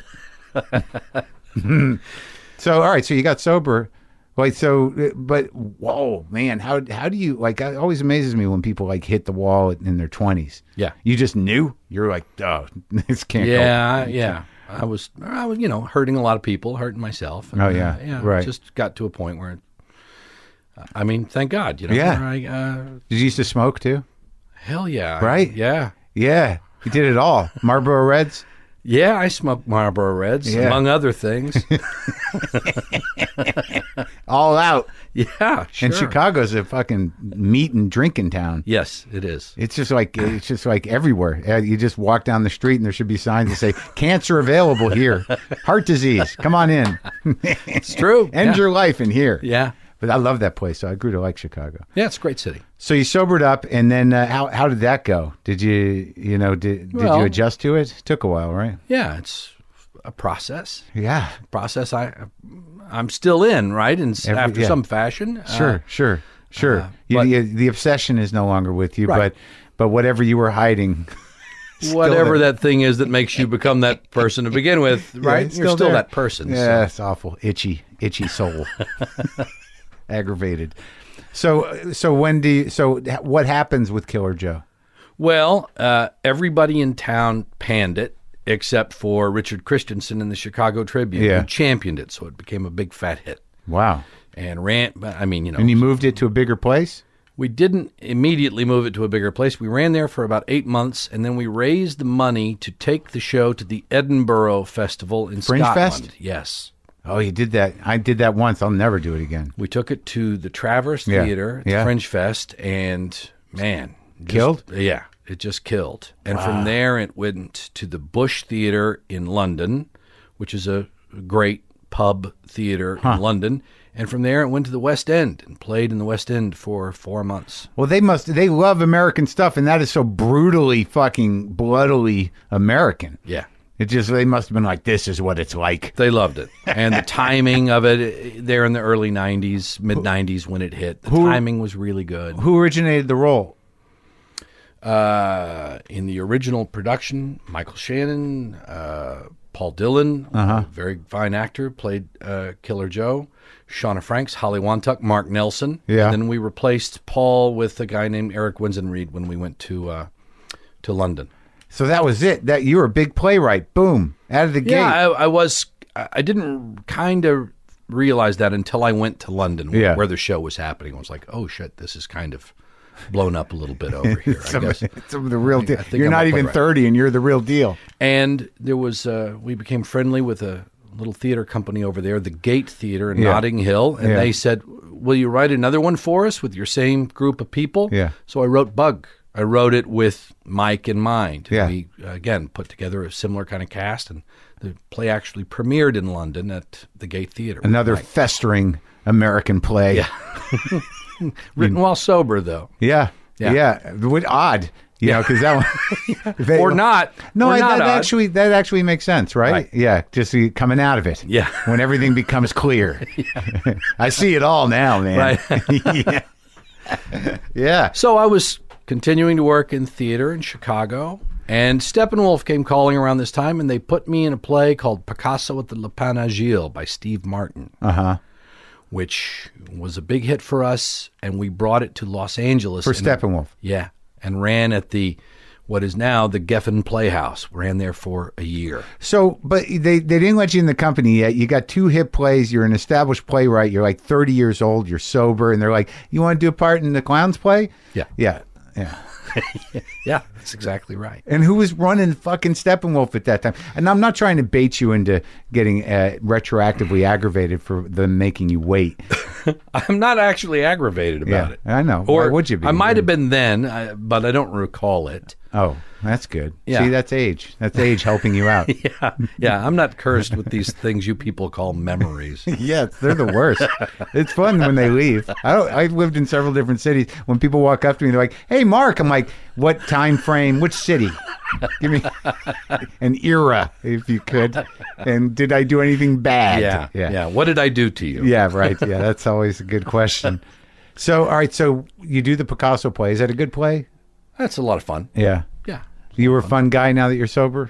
so, all right, so you got sober. Like so, but whoa, man! How how do you like? It always amazes me when people like hit the wall in their twenties. Yeah. you just knew. You're like, oh, this can't. go Yeah, I- yeah. I was, I was, you know, hurting a lot of people, hurting myself. And, Oh, yeah. uh, yeah. Right. Just got to a point where, uh, I mean, thank God, you know. Yeah. where I, uh, Did you used to smoke too? hell yeah. Right? Yeah. Yeah, he did it all. Marlboro Reds. Yeah, I smoked Marlboro Reds, Yeah. among other things. all out. yeah, sure. And Chicago's a fucking meat and drinking town. Yes, it is. It's just like it's just like everywhere. Uh, You just walk down the street and there should be signs that say "Cancer available here, heart disease, come on in, It's true. end yeah. your life in here." yeah. But I love that place, so I grew to like Chicago. Yeah, it's a great city. So you sobered up, and then uh, how how did that go? Did you you know did did Well- you adjust to it? Took a while, right? Yeah, it's a process. Yeah, Process I, I'm still in, right? And s Every- after yeah. some fashion. Sure, Uh, sure, sure. You- but- you- the obsession is no longer with you, Right. but but whatever you were hiding, whatever there. that thing is that makes you become that person to begin with, right? it's You're still there. that person. so- Yeah, it's awful, itchy, itchy soul, aggravated. So so when do you, so h- what happens with Killer Joe? Well, uh, everybody in town panned it except for Richard Christensen in the Chicago Tribune, Yeah. who championed it, so it became a big fat hit. Wow, And ran. I mean, you know, and you moved it to a bigger place. we didn't immediately move it to a bigger place. We ran there for about eight months, and then we raised the money to take the show to the Edinburgh Festival in Fringe Fest? Scotland. Yes. Oh, you did that. I did that once. I'll never do it again. We took it to the Traverse Yeah. Theater, at the Yeah. Fringe Fest, and man, just- Killed? Yeah, it just killed. And from there, it went to the Bush Theater in London, which is a great pub theater in London. And from there, it went to the West End and played in the West End for four months. Well, they must. They love American stuff, and that is so brutally fucking bloodily American. Yeah, It just they must have been like, this is what it's like. they loved it, and the timing of it eh, there in the early '90s, mid '90s when it hit, the timing was really good. Who originated the role? uh, in the original production, Michael Shannon, uh, Paul Dillon, Uh-huh. a very fine actor, played uh, Killer Joe. Shauna Franks, Holly Wantuck, Mark Nelson. Yeah. And then we replaced Paul with a guy named Eric Winsen Reed when we went to uh, to London. So that was it. That you were a big playwright. Boom, out of the Yeah, gate. I, I was. I I didn't kind of realize that until I went to London, wh- Yeah. where the show was happening. I was like, "Oh shit, this is kind of blown up a little bit over here." I Some, guess. some of the real deal. think You're I'm not a even playwright. thirty, and you're the real deal. and there was uh, we became friendly with a little theater company over there, the Gate Theater in Yeah. Notting Hill, and Yeah. they said, "Will you write another one for us with your same group of people?" Yeah. So I wrote Bug. I wrote it with Mike in mind. Yeah. We again put together a similar kind of cast, and the play actually premiered in London at the Gate Theater. Another festering American play. Yeah. written while sober, though, Yeah. Yeah. Would- odd. You know, 'cause that one. they- or not. No, or I, not that odd. actually that actually makes sense, right? Right. Yeah, just you coming out of it. Yeah. when everything becomes clear, I see it all now, man. yeah. yeah, So I was continuing to work in theater in Chicago, and Steppenwolf came calling around this time, and they put me in a play called Picasso at the Le Panagile by Steve Martin. Uh huh. Uh-huh. Which was a big hit for us, and we brought it to Los Angeles. for and- Steppenwolf. Yeah, and ran at the what is now the Geffen Playhouse. Ran there for a year. So, but they they didn't let you in the company yet. You got two hit plays. You're an established playwright. You're like 30 years old. You're sober, and they're like, "You want to do a part in the clowns play?" Yeah. yeah, yeah. Yeah, that's exactly right. And who was running fucking Steppenwolf at that time? And I'm not trying to bait you into getting uh, retroactively aggravated for them making you wait. I'm not actually aggravated about Yeah, it. I know. Why Or would you be? I might have been then, I- but I don't recall it. Oh, that's good. Yeah. See, that's age. That's age helping you out. yeah, yeah. I'm not cursed with these things you people call memories. yeah, they're the worst. it's fun when they leave. I don't, I've lived in several different cities. When people walk up to me, they're like, "Hey, Mark," I'm like, "What time frame? Which city?" Give me an era, if you could. And did I do anything bad? yeah, yeah, What did I do to you? Yeah, right. Yeah, that's always a good question. So, all right. So you do the Picasso play. Is that a good play? That's a lot of fun. Yeah. Yeah. You were a fun guy now that you're sober.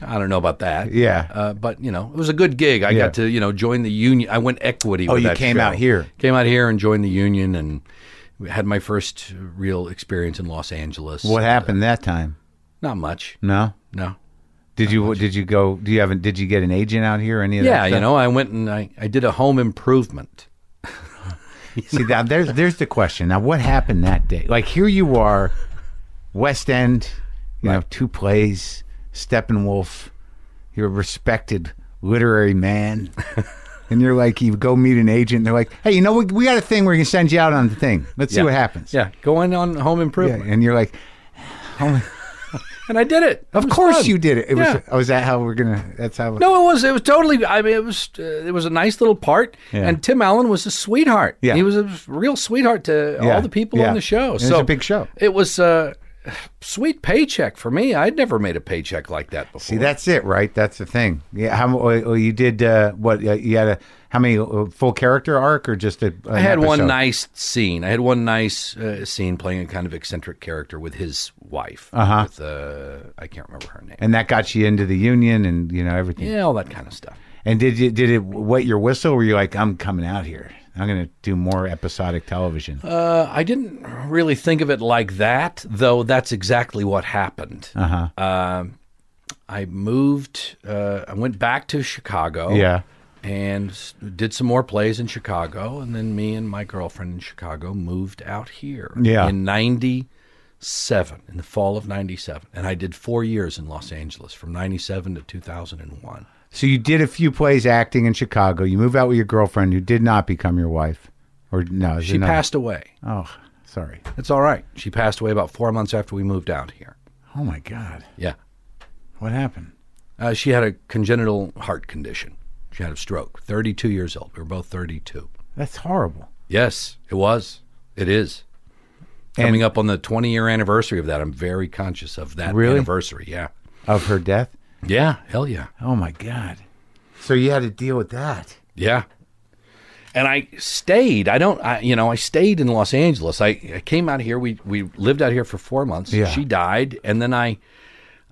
I don't know about that. Yeah. Uh, but you know, it was a good gig. I Yeah. got to you know join the union. I went equity. Oh, with you that came show. out here. Came out here and joined the union and had my first real experience in Los Angeles. What happened that time? Not much. No. No. Did you did you go? Do you have? a- Did you get an agent out here? or Any of that? Yeah, you stuff? know, I went and I, I did a home improvement. See, now there's there's the question. Now, what happened that day? Like, here you are, West End. You know, two plays, Steppenwolf. You're a respected literary man, and you're like, you go meet an agent. And they're like, hey, you know, we, we got a thing. We're gonna send you out on the thing. Let's see Yeah. what happens. Yeah, going on home Yeah, improvement, and you're like, and I did it. of course you did it. It Yeah. was. Oh, is that how we're gonna? That's how. No, it was. It was totally. I mean, it was. Uh, it was a nice little part. Yeah. And Tim Allen was a sweetheart. Yeah. he was a real sweetheart to Yeah. all the people Yeah. on the show. It was so a big show. It was a sweet paycheck for me. I'd never made a paycheck like that before. See, that's it, right? That's the thing. Yeah, how well, well, you did? Uh, what uh, you had a how many uh, full character arc or just a? I had one nice scene. I had one nice uh, scene playing a kind of eccentric character with his wife. Uh-huh. With, uh I can't remember her name. and that got you into the union and you know everything. yeah, all that kind of stuff. And did you did it wet your whistle? Were you like, I'm coming out here. I'm gonna do more episodic television. Uh, I didn't really think of it like that, though. That's exactly what happened. Uh-huh. I moved. Uh, I went back to Chicago. Yeah. and s- did some more plays in Chicago, and then me and my girlfriend in Chicago moved out here. Yeah. in '97, in the fall of '97, and I did four years in Los Angeles from '97 to 2001. so you did a few plays acting in Chicago. You move out with your girlfriend, who did not become your wife, or no? is it She not- passed away. Oh, sorry. It's all right. She passed away about four months after we moved out here. Oh my God, Yeah. what happened? Uh, she had a congenital heart condition. She had a stroke. 32 years old. We were both 32. That's horrible. Yes, it was. It is. Coming up on the 20 year anniversary of that. I'm very conscious of that Really? anniversary. Yeah. Of her death. Yeah. Hell yeah. Oh my God. So you had to deal with that. Yeah. And I stayed. I don't, I, you know, I stayed in Los Angeles. I, I came out here. We, we lived out here for four months. Yeah. She died. And then I,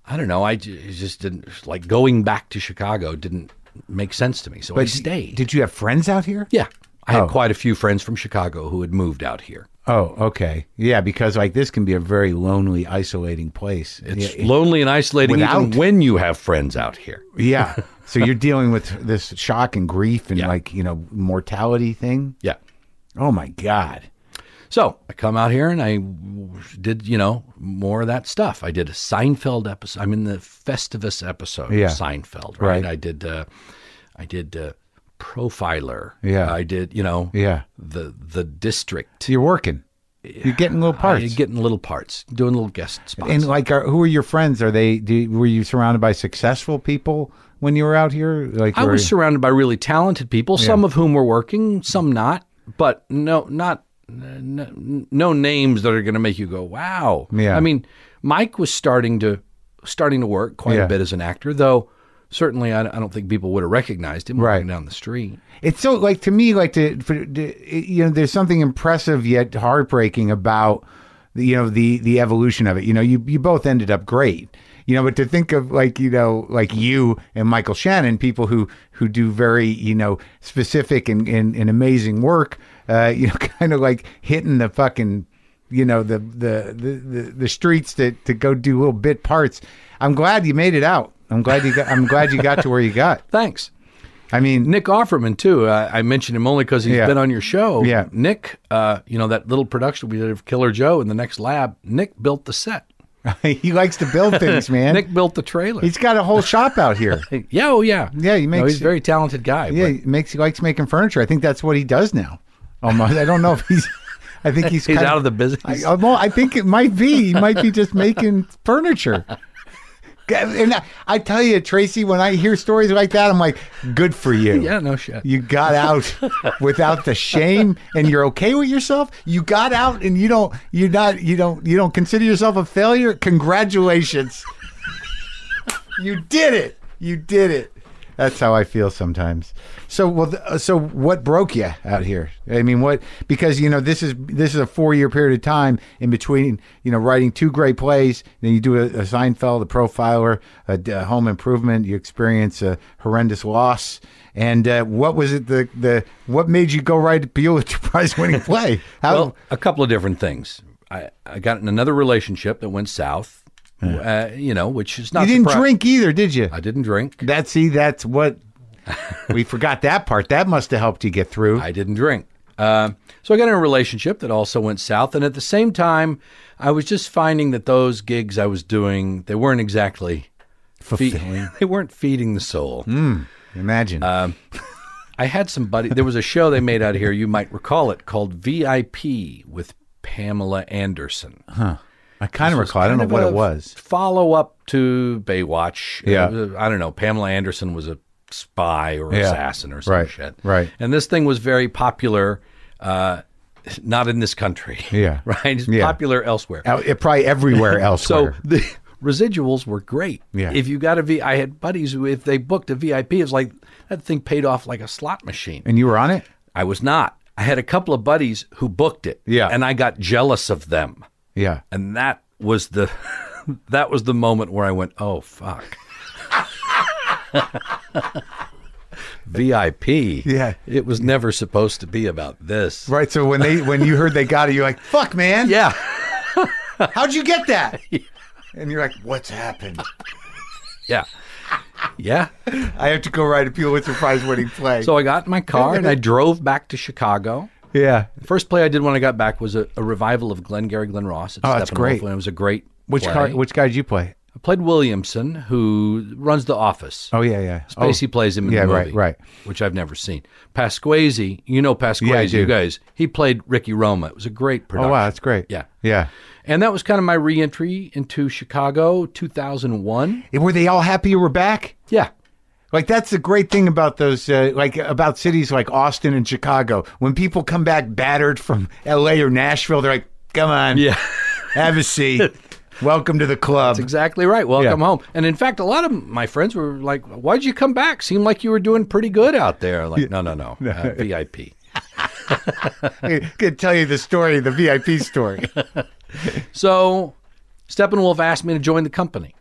I don't know. I j- just didn't, like, going back to Chicago didn't make sense to me. So I d- stayed. Did you have friends out here? Yeah. I Oh. had quite a few friends from Chicago who had moved out here. Oh, okay. Yeah, because like this can be a very lonely, isolating place. It's yeah. lonely and isolating Without- even when you have friends out here. yeah. So you're dealing with this shock and grief and Yeah. like, you know, mortality thing. Yeah. Oh my God. So I come out here and I w- did, you know, more of that stuff. I did a Seinfeld episode. I'm in the Festivus episode Yeah. of Seinfeld, Right. right? I did. Uh, I did uh, Profiler. Yeah. I did, you know, Yeah. the the district. So you're working. You're getting little parts. I, getting little parts, doing little guest spots. and like, are, who are your friends? Are they? Do, were you surrounded by successful people when you were out here? Like, I were- was surrounded by really talented people, some of whom were working, some not, but no, not no, no names that are going to make you go, "Wow." Yeah. I mean, Mike was starting to starting to work quite Yeah. a bit as an actor, though. Certainly, I, I don't think people would have recognized him Right. walking down the street. It's so like to me, like to, for, to you know, there's something impressive yet heartbreaking about the, you know the the evolution of it. You know, you you both ended up great. You know, but to think of like you know, like you and Michael Shannon, people who who do very you know specific and and, and amazing work. Uh, you know, kind of like hitting the fucking you know the the the the, the streets to, to go do little bit parts. I'm glad you made it out. I'm glad you got. I'm glad you got to where you got. Thanks. I mean, Nick Offerman too. I, I mentioned him only because he's Yeah. been on your show. Yeah. Nick, uh, you know that little production we did of Killer Joe in the next lab. Nick built the set. he likes to build things, man. Nick built the trailer. He's got a whole shop out here. yeah, oh yeah, Yeah, he No, makes- he's a very talented guy. Yeah, but he makes he likes making furniture. I think that's what he does now. Almost. I don't know if he's. I think he's. he's kind out of the business. I, oh, I'm all- I think it might be. He might be just making furniture. And I, I tell you, Tracy, when I hear stories like that, I'm like, good for you. yeah, no shit. You got out without the shame, and you're okay with yourself. You got out, and you don't. You're not. You don't. You don't consider yourself a failure. Congratulations. you did it. You did it. That's how I feel sometimes. So well, th- uh, so what broke you out here? I mean, what? Because you know this is this is a four year period of time in between. You know, writing two great plays, then you do a, a Seinfeld, a Profiler, a, d- a Home Improvement. You experience a horrendous loss. And uh, what was it? The the what made you go write a Pulitzer Prize winning play? How? Well, a couple of different things. I, I got in another relationship that went south. Uh, you know, which is not. you didn't surpri- drink either, did you? I didn't drink. That see, that's what we forgot that part. That must have helped you get through. I didn't drink. Uh, so I got in a relationship that also went south, and at the same time, I was just finding that those gigs I was doing they weren't exactly fe- Fulfilling. Mm. they weren't feeding the soul. Imagine. I had somebody. There was a show they made out here. You might recall it called VIP with Pamela Oh, Anderson. I kind of recall. I don't know kind what of it a was. Follow up to Baywatch. Yeah. Uh, I don't know. Pamela Anderson was a spy or Yeah. assassin or some Right. shit. Right. And this thing was very popular, uh, not in this country. Yeah. right? It's Yeah. popular elsewhere. Out- It probably everywhere So elsewhere. the residuals were great. Yeah. If you got a V, I had buddies who, if they booked a VIP, it's like that thing paid off like a slot machine. and you were on it. I was not. I had a couple of buddies who booked it. Yeah. And I got jealous of them Yeah. and that was the that was the moment where I went, "Oh fuck." VIP. Yeah. It was never supposed to be about this. Right. So when they when you heard they got it, you're like, "Fuck, man! Yeah. How'd you get that?" And you're like, "What's happened? Yeah. Yeah. I have to go write a Pulitzer Prize winning play." So I got in my car and I drove back to Chicago. yeah, The first play I did when I got back was a, a revival of Glengarry Glen Ross. At Oh, that's Steppenwolf, great. And it was a great which play. car, which guy did you play? I played Williamson, who runs the office. Oh yeah, yeah. Oh, Spacey plays him in yeah, the right, movie, right. Which I've never seen. Pasquazi, you know Pasquazi, Yeah, I do. you guys. He played Ricky Roma. It was a great oh production. wow, that's great. Yeah. yeah. And that was kind of my reentry into Chicago, 2001. And Were they all happy you were back? Yeah, Like that's the great thing about those, uh, like about cities like Austin and Chicago. When people come back battered from L.A. or Nashville, they're like, "Come on, Yeah. have a seat. Welcome to the club." exactly right. Welcome Yeah. home. And in fact, a lot of my friends were like, "Why'd you come back? Seemed like you were doing pretty good out there." Like, no, no, no, uh, VIP. I could tell you the story, the VIP story. So, Steppenwolf asked me to join the company.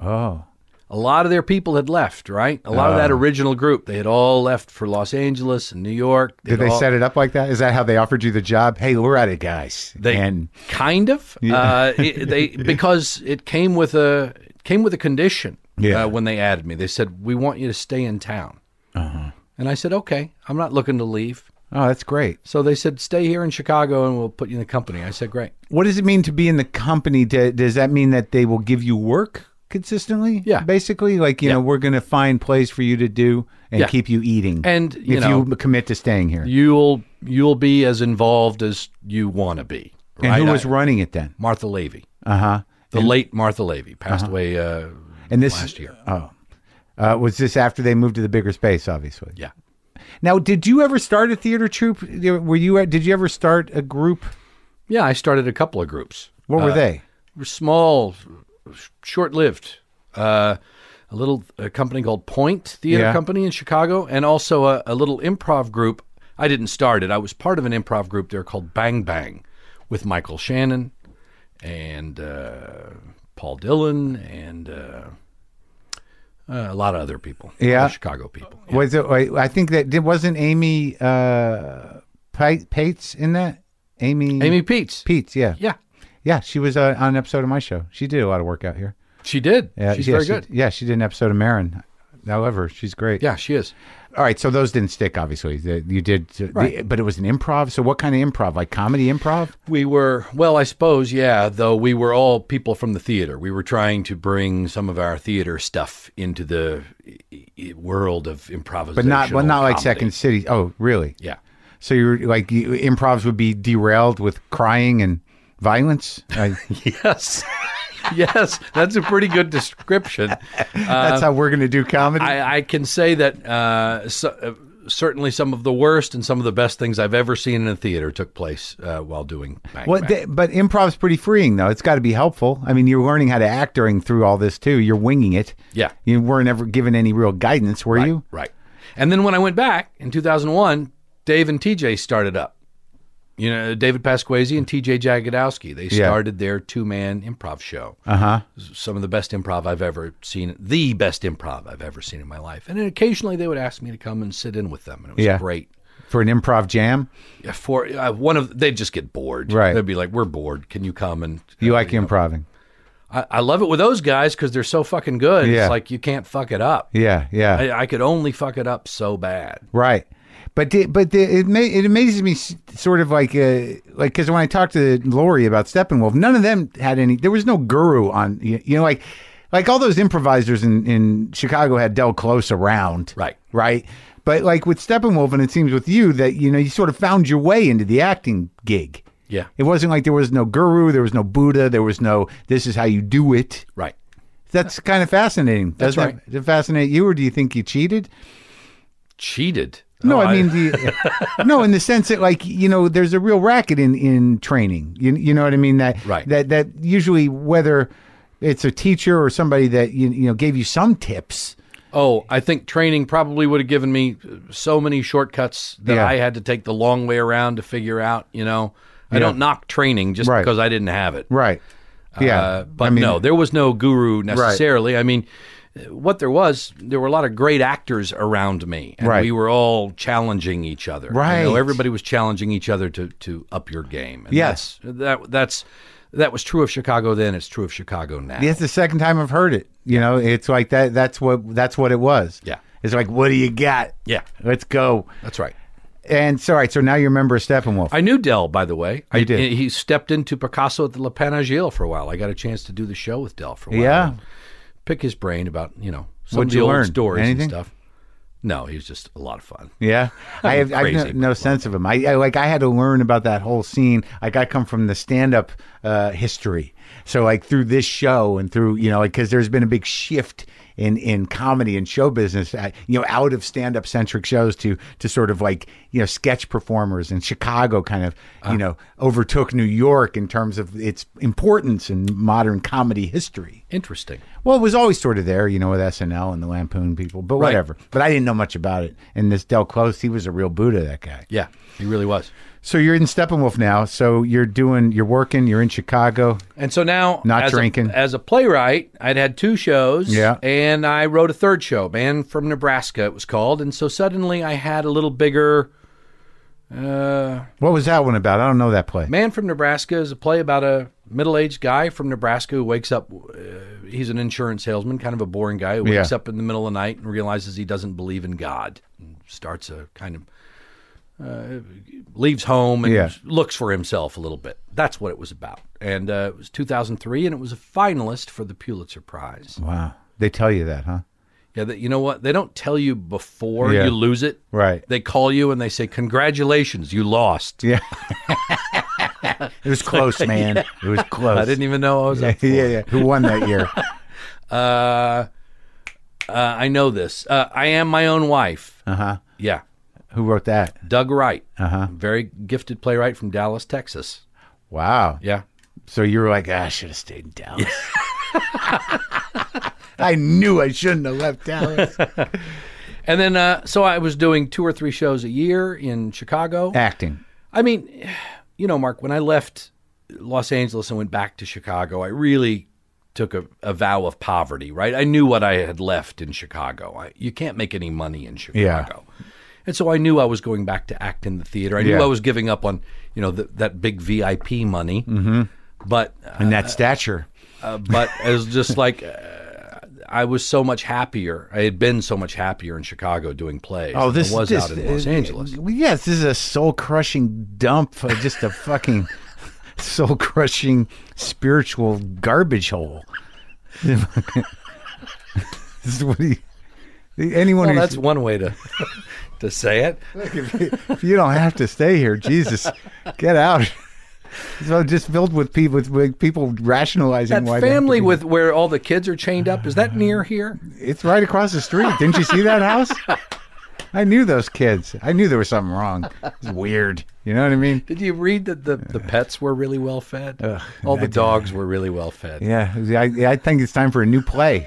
oh, a lot of their people had left, right? A lot of Uh. that original group, they had all left for Los Angeles and New York. did they all, set it up like that? Is that how they offered you the job? Hey, we're at it, guys. They and kind of uh, it, they because it came with a it came with a condition. Yeah. Uh, when they added me, they said we want you to stay in town, Uh-huh. and I said okay, I'm not looking to leave. oh, that's great. So they said stay here in Chicago, and we'll put you in the company. I said great. What does it mean to be in the company? Do- Does that mean that they will give you work? consistently? Yeah. Basically, like, you know, we're going to find plays for you to do and Yeah. keep you eating. And, you if know- you commit to staying here. You'll you'll be as involved as you want to be. and right? who I- was running it then? Martha Levy, Uh huh. the late Martha Levy, Uh-huh. passed away uh, And this last year. uh, was this after they moved to the bigger space, obviously. yeah. Now, did you ever start a theater troupe? Were you? Did you ever start a group? Yeah, I started a couple of groups. What were they? We're small, sh- short-lived. Uh, a little a company called Point Theater Yeah. Company in Chicago, and also a, a little improv group. I didn't start it. I was part of an improv group there called Bang Bang, with Michael Shannon and uh, Paul Dillon and uh, uh, a lot of other people. other Yeah. Chicago people. Was it? I I think that did, wasn't Amy uh, Pa- Pates in that. Amy Amy Peets. Pates, yeah, Yeah, yeah. She was uh, on an episode of my show. She did a lot of work out here. she did. Yeah, she's yeah, very she- good. Yeah, she did an episode of Marin. However, she's great. Yeah, she is. All right, so those didn't stick. Obviously, The- you did, the, but it was an improv. So, what kind of improv? Like comedy improv? We were, well, I suppose, yeah, though we were all people from the theater. We were trying to bring some of our theater stuff into the i- i- world of improvisation. But not, well, not like Second City. Oh, really? Yeah. So you're like you, improvs would be derailed with crying and violence. I, Yes. yes. That's a pretty good description. that's how we're going to do comedy. I, I can say that uh, so, uh, certainly some of the worst and some of the best things I've ever seen in a theater took place uh, while doing Bang Well, Bang. th- but improv's pretty freeing though. It's got to be helpful. I mean, you're learning how to act during through all this too. You're winging it. Yeah. You weren't ever given any real guidance, were you? Right. And then when I went back in 2001, Dave and TJ started up. You know, David Pasquazi and TJ Jagodowski. They Yeah. started their two man improv show. Uh huh. Some of the best improv I've ever seen, the best improv I've ever seen in my life. And then occasionally they would ask me to come and sit in with them. And it was Yeah. great. For an improv jam, Yeah, For uh, one of, they'd just get bored. Right. They'd be like, we're bored. Can you come? And you like improving? I, I love it with those guys because they're so fucking good. Yeah. It's like you can't fuck it up. Yeah, yeah. I, I could only fuck it up so bad. Right. But the, but the, it ma- it amazes me s- sort of like uh, like because when I talked to Lori about Steppenwolf, none of them had any. There was no guru on you, you know like like all those improvisers in in Chicago had Del Close around. Right. Right. But like with Steppenwolf, and it seems with you that you know you sort of found your way into the acting gig. Yeah. It wasn't like there was no guru, there was no Buddha, there was no this is how you do it. Right. That's kind of fascinating. Does That's that- that fascinate you, or do you think you cheated? Cheated. No, Oh, I mean, the, no, in the sense that, like, you know, there's a real racket in in training. You you know what I mean? That Right. That that usually whether it's a teacher or somebody that you you know gave you some tips. Oh, I think training probably would have given me so many shortcuts that Yeah. I had to take the long way around to figure out. You know, I don't knock training just Right. because I didn't have it. Right. Yeah. Uh, but I mean, no, there was no guru necessarily. I mean, what there was, there were a lot of great actors around me, and Right. we were all challenging each other. You know, Right. everybody was challenging each other to to up your game. And Yes. that's, that that's that was true of Chicago then. It's true of Chicago now. That's the second time I've heard it. You know, it's like that. That's what that's what it was. Yeah. It's like, what do you got? Yeah, Let's go. that's right. And so, all right. So now you're a member of Steppenwolf. I knew Dell, by the way. I did. He stepped into Picasso at the Le Panagil for a while. I got a chance to do the show with Dell for a while. yeah. Pick his brain about, you know, some What'd of the you old learn? stories Anything? and stuff. No, he was just a lot of fun. Yeah, I have, I have crazy, no, no sense of him. I, I like I had to learn about that whole scene. Like I come from the stand-up uh, history, so like through this show and through you know like because there's been a big shift in in comedy and show business, uh, you know, out of stand-up centric shows to to sort of like you know sketch performers and Chicago kind of you know overtook New York in terms of its importance in modern comedy history. Interesting. Well, it was always sort of there, you know, with SNL and the Lampoon people, but whatever. But I didn't know much about it. And this Del Close, he was a real Buddha, that guy. Yeah, he really was. So you're in Steppenwolf now. So you're doing, you're working, you're in Chicago. And so now, Not as a- drinking. as a playwright, I'd had two shows. Yeah. And I wrote a third show, Man from Nebraska, it was called. And so suddenly I had a little bigger. Uh, What was that one about? I don't know that play. Man from Nebraska is a play about a middle-aged guy from Nebraska who wakes up. Uh, he's an insurance salesman, kind of a boring guy who wakes Yeah. up in the middle of the night and realizes he doesn't believe in God and starts a kind of leaves home and Yeah. looks for himself a little bit. That's what it was about. And uh, it was 2003, and it was a finalist for the Pulitzer Prize. Wow. They tell you that, huh? Yeah, that you know what? They don't tell you before Yeah. you lose it. Right. They call you and they say, "Congratulations, you lost." Yeah. it was close, man. It was close. I didn't even know I was. yeah, up for yeah, yeah. Who won that year? Uh, uh, I know this. Uh, I am my own wife. Uh huh. Yeah, Who wrote that? Doug Wright, Uh huh. very gifted playwright from Dallas, Texas. Wow. Yeah, So you were like, "Ah, I should have stayed in Dallas. I knew I shouldn't have left Dallas. and then uh, so I was doing two or three shows a year in Chicago. Acting. I mean, you know, Mark, when I left Los Angeles and went back to Chicago, I really took a, a vow of poverty, right? I knew what I had left in Chicago. I, you can't make any money in Chicago. And so I knew I was going back to act in the theater. I knew Yeah. I was giving up on, you know, the, that big VIP money. Mm-hmm. But uh, And that stature. uh, but it was just like uh, I was so much happier. I had been so much happier in Chicago doing plays. Oh, than I this was this, out in Los uh, Angeles. well, Yes, this is a soul crushing dump. uh, Just a fucking soul crushing spiritual garbage hole. this is what he. Anyone Well, who's- that's one way to to say it. if you, if you don't have to stay here, Jesus, get out. So just filled with people with, with people rationalizing That why they have to family be- Uh, with where all the kids are chained up is that near here? it's right across the street. Didn't you see that house? I knew those kids. I knew there was something wrong. It's weird. You know what I mean? Did you read that the, the pets were really well fed? Ugh, all the dogs were really well fed. Yeah, I, I think it's time for a new play.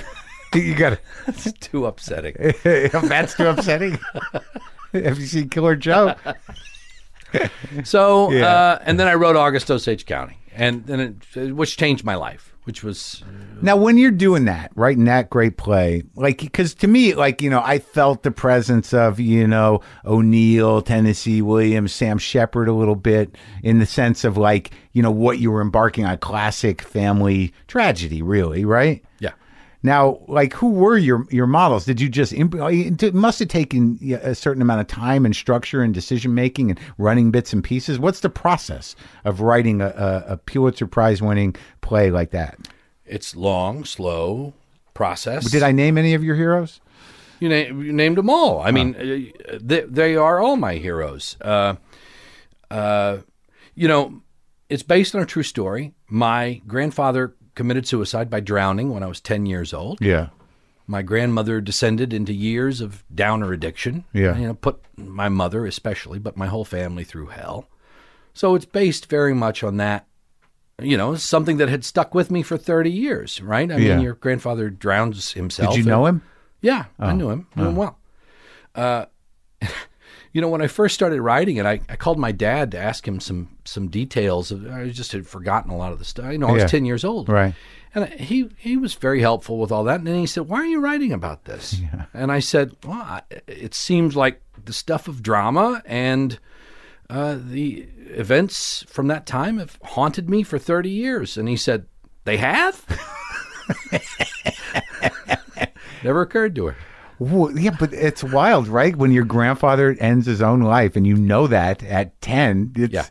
you got It's too upsetting. if that's too upsetting. Have you seen Killer Joe? So, Yeah. uh, and then I wrote August Osage County, and then it, which changed my life, which was Now, when you're doing that, writing that great play, like, because to me, like, you know, I felt the presence of, you know, O'Neill, Tennessee Williams, Sam Shepard a little bit in the sense of, like, you know, what you were embarking on classic family tragedy, really, right? yeah. Now, like, who were your your models? Did you just imp- oh, it must have taken yeah, a certain amount of time and structure and decision making and running bits and pieces? What's the process of writing a, a, a Pulitzer Prize winning play like that? It's long, slow process. Did I name any of your heroes? You, na- you named them all. I mean, uh, they, they are all my heroes. Uh, uh, you know, it's based on a true story. My grandfather committed suicide by drowning when I was 10 years old. Yeah, My grandmother descended into years of downer addiction. Yeah. You know, put my mother especially, but my whole family through hell. So it's based very much on that, you know, something that had stuck with me for 30 years, right? I Yeah. mean, your grandfather drowns himself. did you and- know him? yeah, Oh. I knew him. Knew him well. Uh, you know, when I first started writing it, I, I called my dad to ask him some some details. Of, I just had forgotten a lot of the stuff. You know, I was Yeah. ten years old, Right. And I- he he was very helpful with all that. And then he said, "Why are you writing about this?" And I said, "Well, I, it seems like the stuff of drama and." Uh, the events from that time have haunted me for 30 years. And he said, They have? Never occurred to her. Well, yeah, but it's wild, right? When your grandfather ends his own life and you know that at ten, it's Yeah.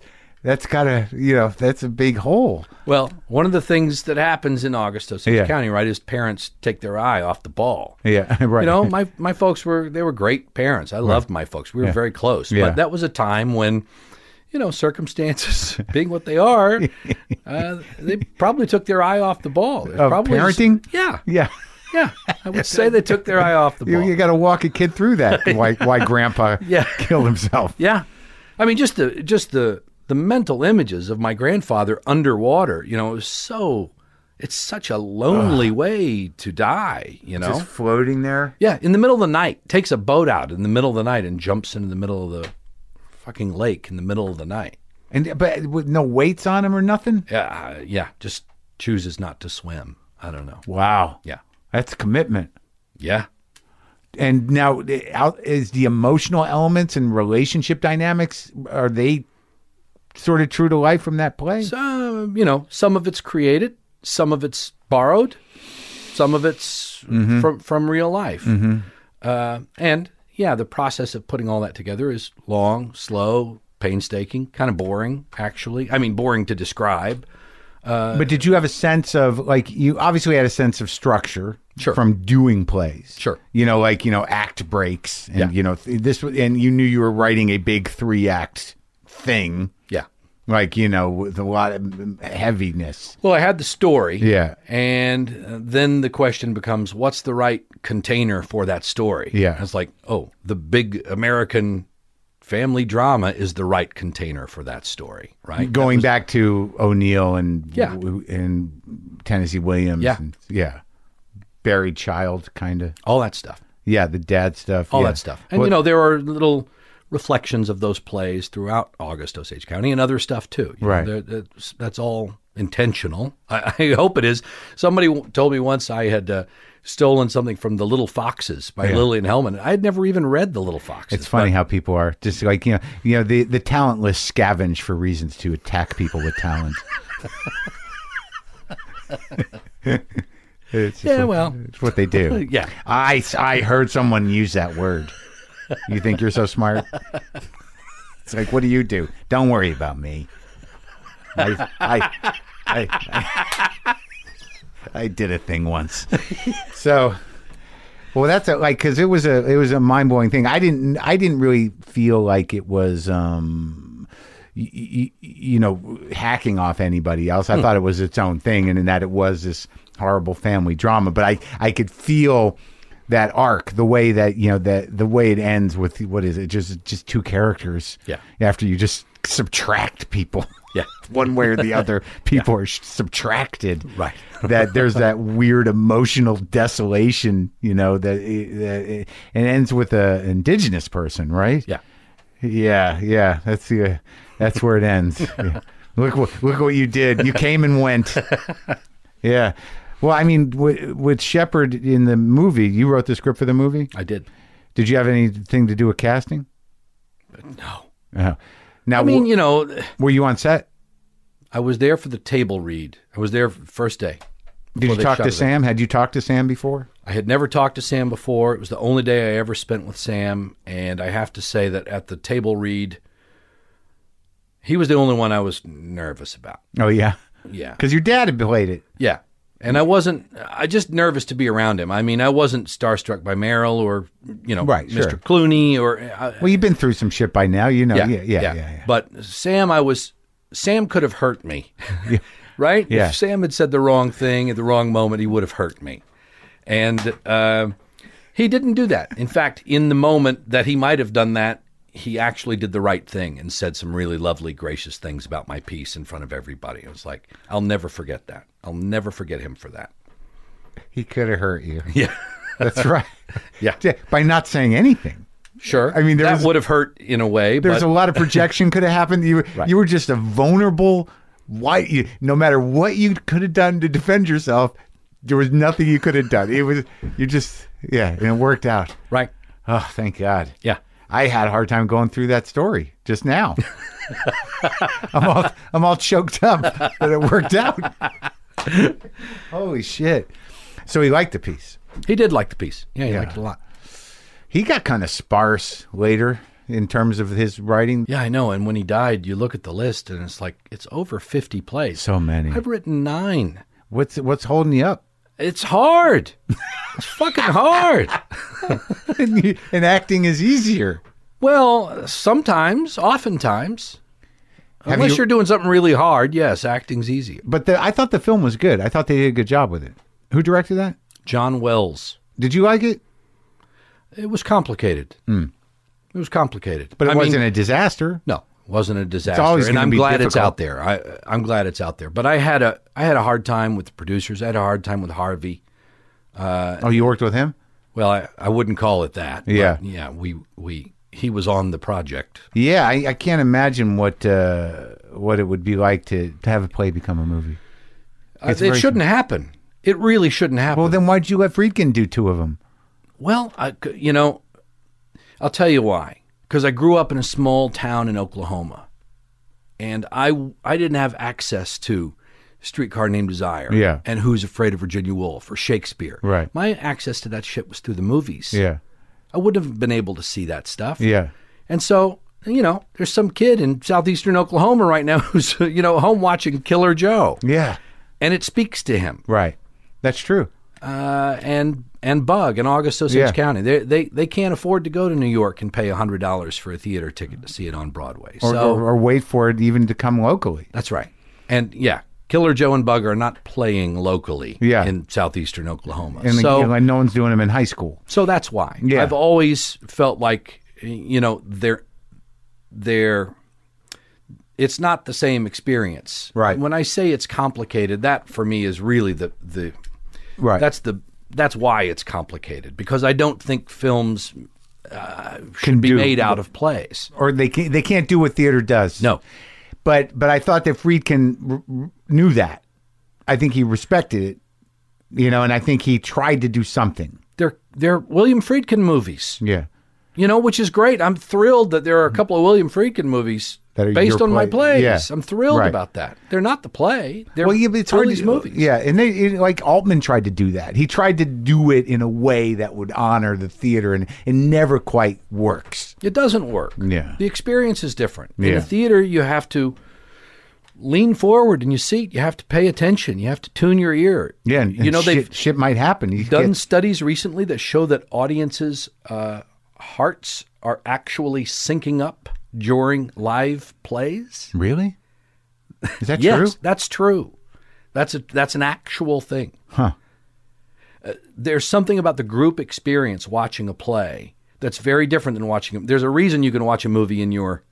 that's gotta you know that's a big hole. Well, one of the things that happens in August Osage Yeah. County, right, is parents take their eye off the ball. Yeah, right. You know, my my folks were they were great parents. I loved my folks. We were very close. Yeah. But that was a time when, you know, circumstances being what they are, uh, they probably took their eye off the ball. They Of probably just- parenting? yeah, yeah. yeah. I would say they took their eye off the You, ball. you got to walk a kid through that. Why? Why Grandpa Yeah. killed himself? Yeah, I mean, just the just the the mental images of my grandfather underwater. You know, it was so. It's such a lonely way to die. You know. Just floating there. yeah, in the middle of the night, takes a boat out in the middle of the night and jumps into the middle of the fucking lake in the middle of the night. And but with no weights on him or nothing. Yeah, uh, yeah, just chooses not to swim. I don't know. Wow. Yeah, That's commitment. yeah. And now, the- out is the emotional elements and relationship dynamics are they sort of true to life from that play? So uh, you know, some of it's created, some of it's Mm-hmm. borrowed, some of it's from from real life, uh, and yeah, the process of putting all that together is long, slow, painstaking, kind of boring, actually. I mean, boring to describe. but did you have a sense of like you obviously had a sense of structure Sure. from doing plays? Sure. You know, like you know, act breaks, and Yeah. you know th- this, was- and you knew you were writing a big three act thing, Yeah. like you know, with a lot of mm, heaviness. Well, I had the story. Yeah. And uh, then the question becomes what's the right container for that story? Yeah. It's like, oh, the big American family drama is the right container for that story, right? Going back to O'Neill and Yeah. w- and Tennessee Williams, Yeah. and, yeah, buried child kind of, All that stuff. yeah, the dad stuff, all yeah. that stuff. And you know, there are little reflections of those plays throughout August Osage County and other stuff too. You know, Right. there- that's, that's all intentional. I, I hope it is. Somebody w- told me once I had uh, stolen something from The Little Foxes by Lillian Hellman. I had never even read The Little Foxes. It's funny how people are just like you know, you know the the talentless scavenge for reasons to attack people with talent. It's just Yeah, what- well. it's what they do. Yeah. I I heard someone use that word. You think you're so smart? It's like, what do you do? Don't worry about me. I I I, I, I did a thing once. So, well, that's a, like because it was a it was a mind blowing thing. I didn't I didn't really feel like it was um y- y- you know hacking off anybody else. Hmm. I thought it was its own thing, and in that it was this horrible family drama. But I I could feel that arc the way that you know that the way it ends with what is it just just two characters Yeah. after you just subtract people Yeah. one way or the other people are sh- subtracted Right. that there's that weird emotional desolation, you know, that it, that it, it ends with a indigenous person, right? Yeah. yeah, yeah. That's the, that's where it ends. Yeah. Look what look what you did. You came and went. Yeah. Well, I mean, w- with Shepard in the movie, you wrote the script for the movie. I did. Did you have anything to do with casting? No. Uh, now, I mean, w- you know, were you on set? I was there for the table read. I was there f- first day. Did before you they talk shot to it. Sam? Had you talked to Sam before? I had never talked to Sam before. It was the only day I ever spent with Sam, and I have to say that at the table read, he was the only one I was nervous about. Oh yeah, Yeah, because your dad had played it. yeah, and I wasn't. I just nervous to be around him. I mean, I wasn't starstruck by Merrill or you know, Right, Mr. sure. Clooney or I, Well, you've been through some shit by now. You know, Oh, yeah, yeah, yeah. yeah. But Sam, I was Sam could have hurt me, right? Yeah. If Sam had said the wrong thing at the wrong moment, he would have hurt me, and uh, he didn't do that. In fact, in the moment that he might have done that, he actually did the right thing and said some really lovely, gracious things about my piece in front of everybody. It was like I'll never forget that. I'll never forget him for that. He could have hurt you. Yeah. That's right. Yeah. By not saying anything. Sure. I mean, there that was- would have hurt in a way. There's but, a lot of projection could have happened. You, you were just a vulnerable white. You, no matter what you could have done to defend yourself, there was nothing you could have done. It was you just yeah, and it worked out. right. Oh, thank God. Yeah. I had a hard time going through that story just now. I'm all I'm all choked up that it worked out. Holy shit! So he liked the piece. He did like the piece. Yeah, he Yeah. liked it a lot. He got kind of sparse later in terms of his writing. Yeah, I know. And when he died, you look at the list and it's like it's over 50 plays. So many. I've written 9. What's what's holding you up? It's hard. it's fucking hard. and acting is easier. Well, sometimes, oftentimes, Have unless you- you... are doing something really hard, yes, acting's easier. But the, I thought the film was good. I thought they did a good job with it. Who directed that? John Wells. Did you like it? It was complicated. It was complicated. Hmm. But it I mean- wasn't a disaster. No, wasn't a disaster. always and gonna I'm be glad it's difficult. out there. I I'm glad it's out there. But I had a I had a hard time with the producers. I had a hard time with Harvey. oh, you worked with him? Well, I, I wouldn't call it that. but Yeah. yeah, we we he was on the project. Yeah, I, I can't imagine what uh, what it would be like to, to have a play become a movie. Uh, it shouldn't happen. It really shouldn't happen. Well, Well, then why'd you let Friedkin do two of them? I c you know, I'll tell you why. Because I grew up in a small town in Oklahoma, and I I didn't have access to Streetcar Named Desire, Yeah. and Who's Afraid of Virginia Woolf or Shakespeare, Right. My access to that shit was through the movies, Yeah. I wouldn't have been able to see that stuff. Yeah. And so, you know, there's some kid in southeastern Oklahoma right now who's, you know, home watching Killer Joe. Yeah. And it speaks to him. Right. That's true. Uh, and and Bug in August Osage Yeah. County. They, they they can't afford to go to New York and pay hundred dollars for a theater ticket to see it on Broadway. Or, so or, or wait for it even to come locally. that's right. And yeah, Killer Joe and Bug are not playing locally Yeah. in southeastern Oklahoma. And so you know, and no one's doing them in high school. so that's why. Yeah. I've always felt like you know, they're they're it's not the same experience. Right. When I say it's complicated, that for me is really the the Right. that's the that's why it's complicated because I don't think films can be made out of plays. or they can, they can't do what theater does. No. But but I thought that Friedkin r- r- knew that. I think he respected it, you know, and I think he tried to do something. They're they're William Friedkin movies. Yeah. You know, which is great. I'm thrilled that there are a couple of William Friedkin movies That are based your on my play- plays. yeah. I'm thrilled Right. about that. They're not the play. They're Well, yeah, but it's hard Willie's to, movies. Yeah, and they it, like Altman tried to do that. He tried to do it in a way that would honor the theater, and it never quite works. It doesn't work. Yeah. The experience is different. In Yeah. the theater, you have to lean forward in your seat. You have to pay attention. You have to tune your ear. Yeah, and, you know they've shit, shit might happen. You done get- studies recently that show that audiences' uh, hearts are actually syncing up during live plays. really? Is that Yes, true? that's true. That's a that's an actual thing. Huh. Uh, there's something about the group experience watching a play that's very different than watching. There's a reason you can watch a movie in your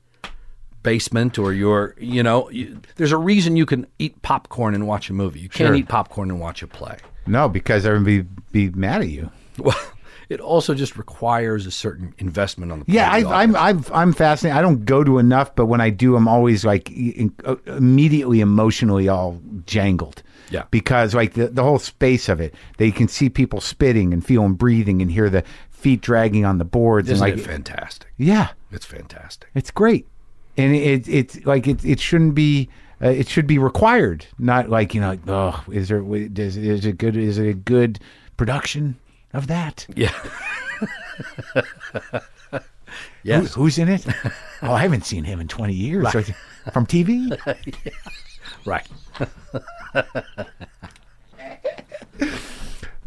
basement or your you know you, there's a reason you can eat popcorn and watch a movie. You can't Sure. eat popcorn and watch a play. No, because everybody be mad at you. Well, it also just requires a certain investment on the part Yeah, of the I, audience. I'm I'm I'm fascinated. I don't go to enough, but when I do, I'm always like e- in, uh, immediately emotionally all jangled. Yeah. because like the the whole space of it, they can see people spitting and feel them breathing and hear the feet dragging on the boards Isn't and it like fantastic? yeah, It's fantastic. it's great, and it, it it's like it it shouldn't be. Uh, it should be required, not like you know. Like, oh, is there w- does, is it good? Is it a good production of that? Yeah. Who- yes. who's in it? oh, I haven't seen him in 20 years. Like, From TV? Right.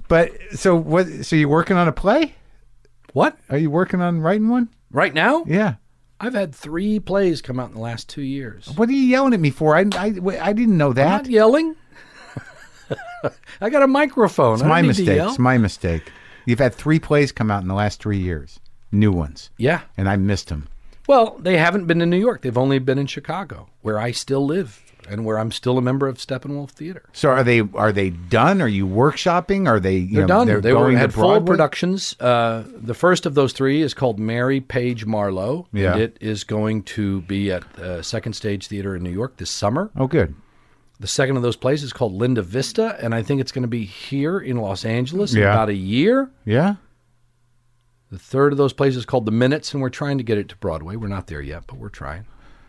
But so what? So you working on a play? What? Are you working on writing one? Right now? Yeah. I've had three plays come out in the last two years. What are you yelling at me for? I, I, wait, I didn't know Not that. yelling. I got a microphone. It's my mistake. It's my mistake. You've had three plays come out in the last three years, new ones, yeah. and I missed them. Well, they haven't been to New York. They've only been in Chicago, where I still live and where I'm still a member of Steppenwolf Theater. So are they? Are they done? Are you workshopping? Are they? You They're know, done. They're they were going had to full Broadway? productions. Uh, the first of those three is called Mary Page Marlowe, Yeah. and it is going to be at uh, Second Stage Theater in New York this summer. Oh, good. The second of those plays is called Linda Vista, and I think it's going to be here in Los Angeles in Yeah. about a year. Yeah. The third of those plays is called The Minutes, and we're trying to get it to Broadway. We're not there yet, but we're trying.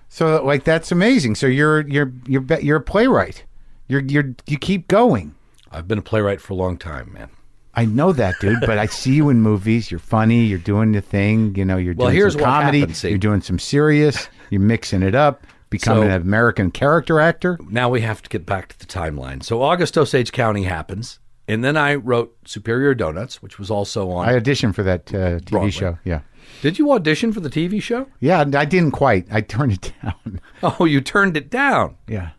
So like that's amazing. So you're you're you're be- you're a playwright. You're you're you keep going. I've been a playwright for a long time, man. I know that, dude. But I see you in movies. You're funny. You're doing the thing. You know, you're Well, doing here's some what comedy. happened, see. you're doing some serious. You're mixing it up. Becoming So- an American character actor. Now we have to get back to the timeline. So August Osage County happens, and then I wrote Superior Donuts, which was also on. I auditioned for that uh, TV Broadway. show. Yeah, Did you audition for the TV show? yeah. and I didn't quite. I turned it down. Oh, you turned it down. Yeah.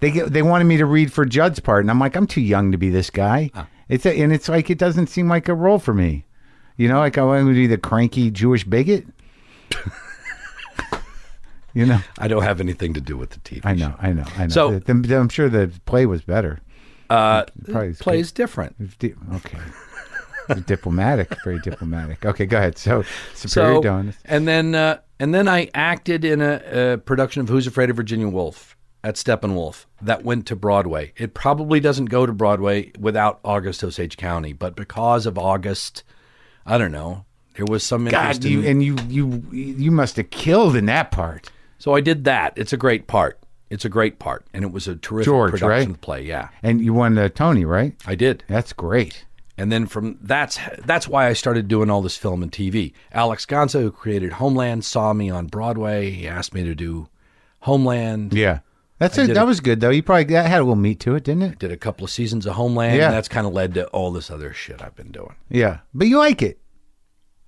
They get, they wanted me to read for Judd's part, and I'm like, I'm too young to be this guy. It's a, and it's like it doesn't seem like a role for me. You know, like I want to be the cranky Jewish bigot. you know, I don't have anything to do with the TV I show. know, I know, I know. So- The- the- I'm sure the play was better. Uh, Probably it's plays different. Di- Okay. diplomatic, very diplomatic. Okay, go ahead. So Superior so, Donuts. and then uh, and then I acted in a, a production of Who's Afraid of Virginia Woolf at Steppenwolf that went to Broadway. It probably doesn't go to Broadway without August Osage County, but because of August, I don't know. There was some interest God, you in, and you you you must have killed in that part. so I did that. It's a great part. It's a great part, and it was a terrific George, production right? of the play. Yeah, And you won the Tony, right? I did. That's great. And then from that's that's why I started doing all this film and TV. Alex Gonza, who created Homeland, saw me on Broadway. He asked me to do Homeland. Yeah. That's a, did that it. was good though. You probably that had a little meat to it, didn't it? Did a couple of seasons of Homeland. Yeah. And that's kind of led to all this other shit I've been doing. Yeah. But you like it.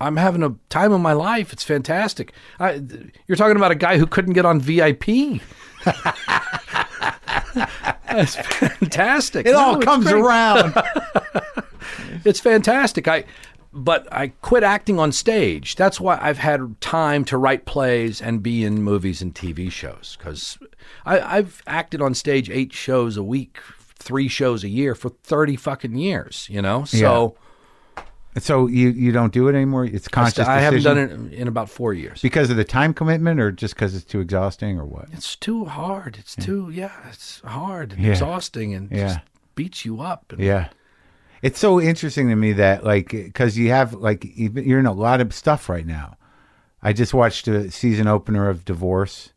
I'm having a time of my life. It's fantastic. I, th- you're talking about a guy who couldn't get on VIP. That's fantastic. It No, all it's comes great. around. It's fantastic. I, but I quit acting on stage. That's why I've had time to write plays and be in movies and TV shows. Because I've acted on stage eight shows a week, three shows a year for thirty fucking years. You know, so so you you don't do it anymore. It's a conscious. I haven't decision done it in- in about four years. because of the time commitment, or just because it's too exhausting, or what? it's too hard. It's too yeah, it's hard and Yeah. exhausting and Yeah. just beats you up. And Yeah. It's so interesting to me that like because you have like even- you're in a lot of stuff right now. I just watched a season opener of Divorce.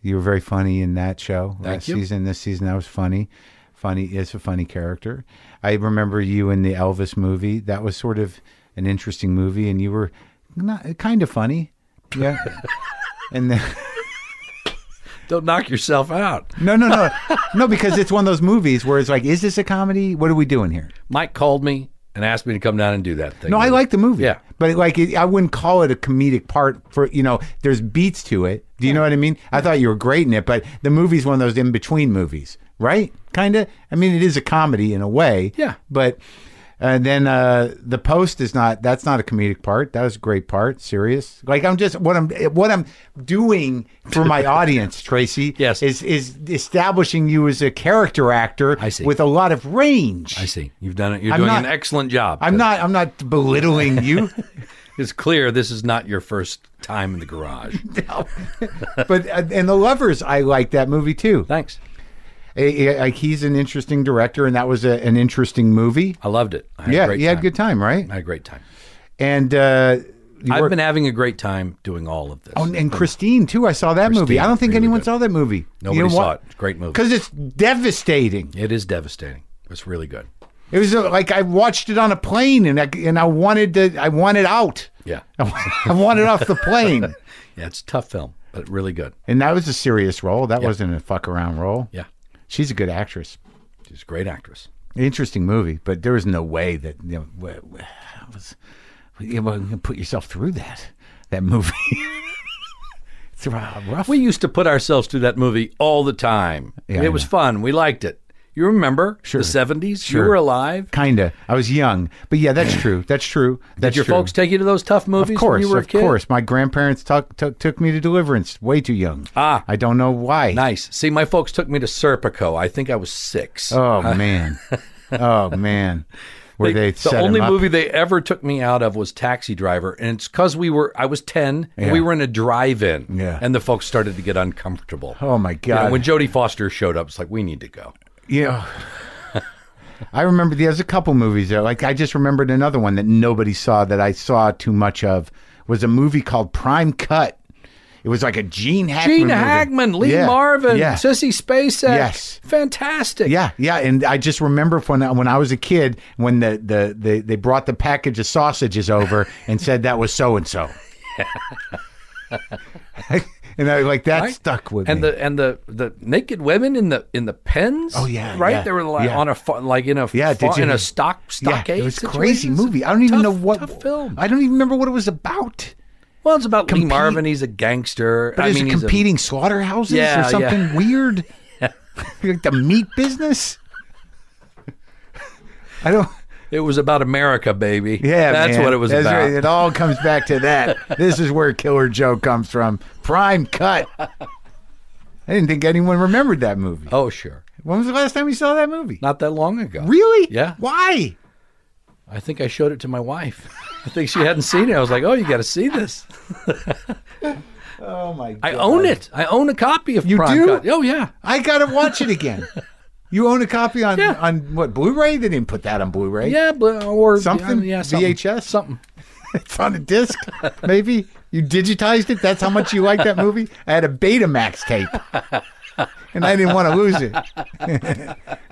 You were very funny in that show last you. season. This season that was funny. Funny is a funny character. I remember you in the Elvis movie. That was sort of an interesting movie, and you were not kind of funny. Yeah. and then, Don't knock yourself out. no, no, no, no, because it's one of those movies where it's like, is this a comedy? What are we doing here? Mike called me and asked me to come down and do that thing. No, I like the movie. Yeah. But like, it, I wouldn't call it a comedic part for, you know, there's beats to it. Do you know what I mean? I thought you were great in it, but the movie's one of those in between movies, right? Kind of. I mean, it is a comedy in a way. Yeah. But uh, then uh, the post is not, that's not a comedic part. That was a great part. Serious. Like, I'm just, what I'm, what I'm doing for my audience, Tracy, Yes. is, is establishing you as a character actor I see. with a lot of range. I see. You've done it. You're I'm doing not- an excellent job. I'm not, I'm not belittling you. It's clear this is not your first time in the garage. but uh, and the lovers i like that movie too Thanks. I- I- like he's an interesting director and that was a, an interesting movie I loved it. I had a yeah great you had a time. good time right I had a great time. and uh you I've worked- been having a great time doing all of this. oh, and christine too i saw that movie i don't think really anyone good. saw that movie Nobody saw it. It's a great movie. because it's devastating It is devastating. It's really good. it was uh, like i watched it on a plane and i and i wanted to i wanted out Yeah. i wanted off the plane Yeah, it's a tough film, but really good. and that was a serious role that wasn't a fuck around role Yeah. she's a good actress She's a great actress. interesting movie, but there was no way that you know w- w- I was you were gonna put yourself through that that movie. it's r- rough. We used to put ourselves through that movie all the time. Yeah, I it was fun. We liked it. You remember the 70s? You were alive. Kinda. I was young, but yeah, that's true. That's true. That's Did your true. folks take you to those tough movies Of course, when you were of a kid? course. My grandparents took took took me to Deliverance way too young. Ah. I don't know why. Nice. See, my folks took me to Serpico. I think I was six. oh man. oh man. Where they, set the only 'em up. movie they ever took me out of was Taxi Driver, and it's because we were I was ten, and we Yeah. were in a drive-in, Yeah. and the folks started to get uncomfortable. Oh my You know, god. when Jodie Foster showed up, it's like we need to go. Yeah. I remember there's a couple movies there. Like I just remembered another one that nobody saw that I saw too much of was a movie called Prime Cut. It was like a Gene Hackman. Gene movie. Hackman, Lee Yeah, Marvin, Yeah. Sissy Spacek, Yes. fantastic. Yeah, yeah, and I just remember when when I was a kid when the, the, the they brought the package of sausages over and said that was so and so, and I like that stuck with and me. the and the the naked women in the in the pens. Oh yeah, right. yeah, They were like yeah. on a fa- like in a Yeah, fa- did you- in a stock yeah, stockade. it was a situation. crazy It's a movie. I don't tough- even know what tough film. I don't even remember what it was about. well, it's about Lee Compete- Marvin. He's a gangster. But I is mean, it he's a- competing slaughterhouses Yeah, or yeah. something weird? like the meat business? I don't. It was about America, baby. Yeah, that's man. what it was That's about. right. It all comes back to that. this is where Killer Joe comes from. Prime cut. I didn't think anyone remembered that movie. Oh, sure. When was the last time you saw that movie? Not that long ago. Really? Yeah. Why? I think I showed it to my wife. I think she hadn't seen it. I was like, "Oh, you got to see this." Oh my god! I own it. I own a copy of You Prime do? Cut. Oh yeah. I gotta watch it again. you own a copy on Yeah. on what Blu-ray? They didn't put that on Blu-ray. Yeah, but- or Something? Yeah, something. VHS? something. It's on a disc, maybe. You digitized it. That's how much you like that movie. I had a Betamax tape, and I didn't want to lose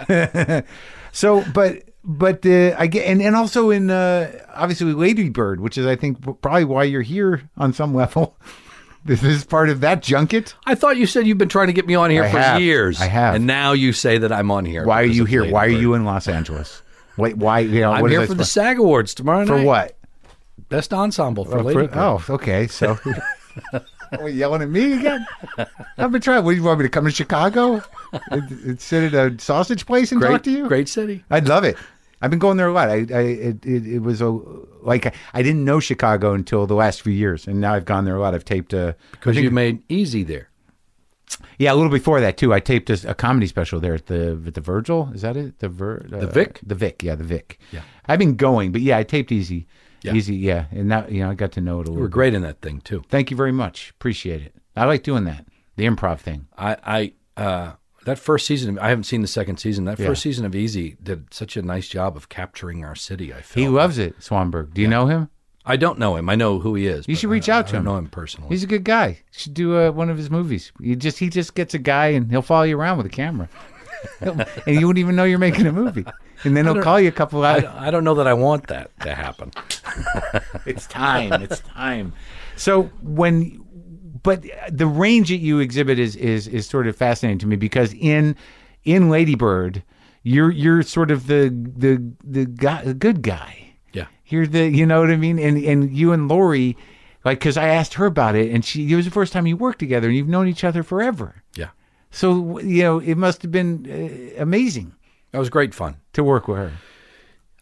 it. so, but but uh, I get, and, and also in uh, obviously Lady Bird, which is I think probably why you're here on some level. this is part of that junket. I thought you said you've been trying to get me on here I for have. years. I have. And now you say that I'm on here. Why are because you of here? Lady Why are Bird. you in Los Angeles? Wait, why? You know, I'm what is here that for the supposed- SAG Awards tomorrow night. for what? Best ensemble for Lady For- Bird. oh, okay. So, are you yelling at me again? I've been trying. What do you want me to come to Chicago and, and sit at a sausage place and great, talk to you? great city. I'd love it. I've been going there a lot. I, I it, it, it was a like I didn't know Chicago until the last few years, and now I've gone there a lot. I've taped a Because you made easy there. yeah a little before that too. I taped a, a comedy special there at the at the Virgil. Is that it? The Vir, the Vic? The Vic. Yeah, the Vic. Yeah. I've been going, but yeah, I taped Easy, Yeah. Easy. Yeah, and now you know I got to know it You a little. were great in that thing too. Thank you very much. Appreciate it. I like doing that. The improv thing. I, I uh, that first season. I haven't seen the second season. That first season of Easy did such a nice job of capturing our city. I feel. He loves it, Swanberg. Do you know him? I don't know him. I know who he is. You but should I- reach out I to don't him. Know him personally. He's a good guy. You should do uh, one of his movies. You just he just gets a guy and he'll follow you around with a camera, and you wouldn't even know you're making a movie. And then he'll call you a couple I, hours. don't- I don't know that I want that to happen. It's time. It's time. So when, but the range that you exhibit is is is sort of fascinating to me because in in Lady Bird, you're you're sort of the the the guy, the good guy. Yeah. You're the, you know what I mean? And and you and Lori, like, because I asked her about it, and she, it was the first time you worked together, and you've known each other forever. Yeah. So you know, it must have been uh, amazing That was great fun. to work with her.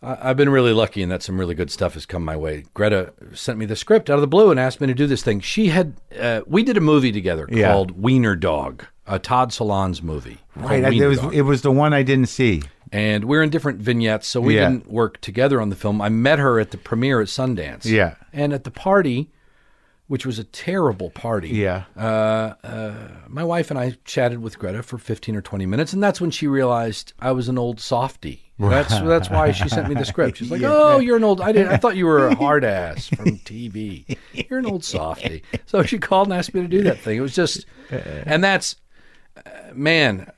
I, I've been really lucky, and that some really good stuff has come my way. Greta sent me the script out of the blue and asked me to do this thing. She had, uh, we did a movie together Yeah. called Wiener Dog, a Todd Salons movie. called Right, I, it Wiener was Dog. it was the one I didn't see. and we were in different vignettes, so we Yeah. didn't work together on the film. I met her at the premiere at Sundance. Yeah. And at the party, which was a terrible party. Yeah, My wife and I chatted with Greta for 15 or 20 minutes, and that's when she realized I was an old softy. That's that's why she sent me the script. She's like, "Oh, you're an old I didn't I thought you were a hard ass from TV. You're an old softy." So she called and asked me to do that thing. It was just and that's uh, man,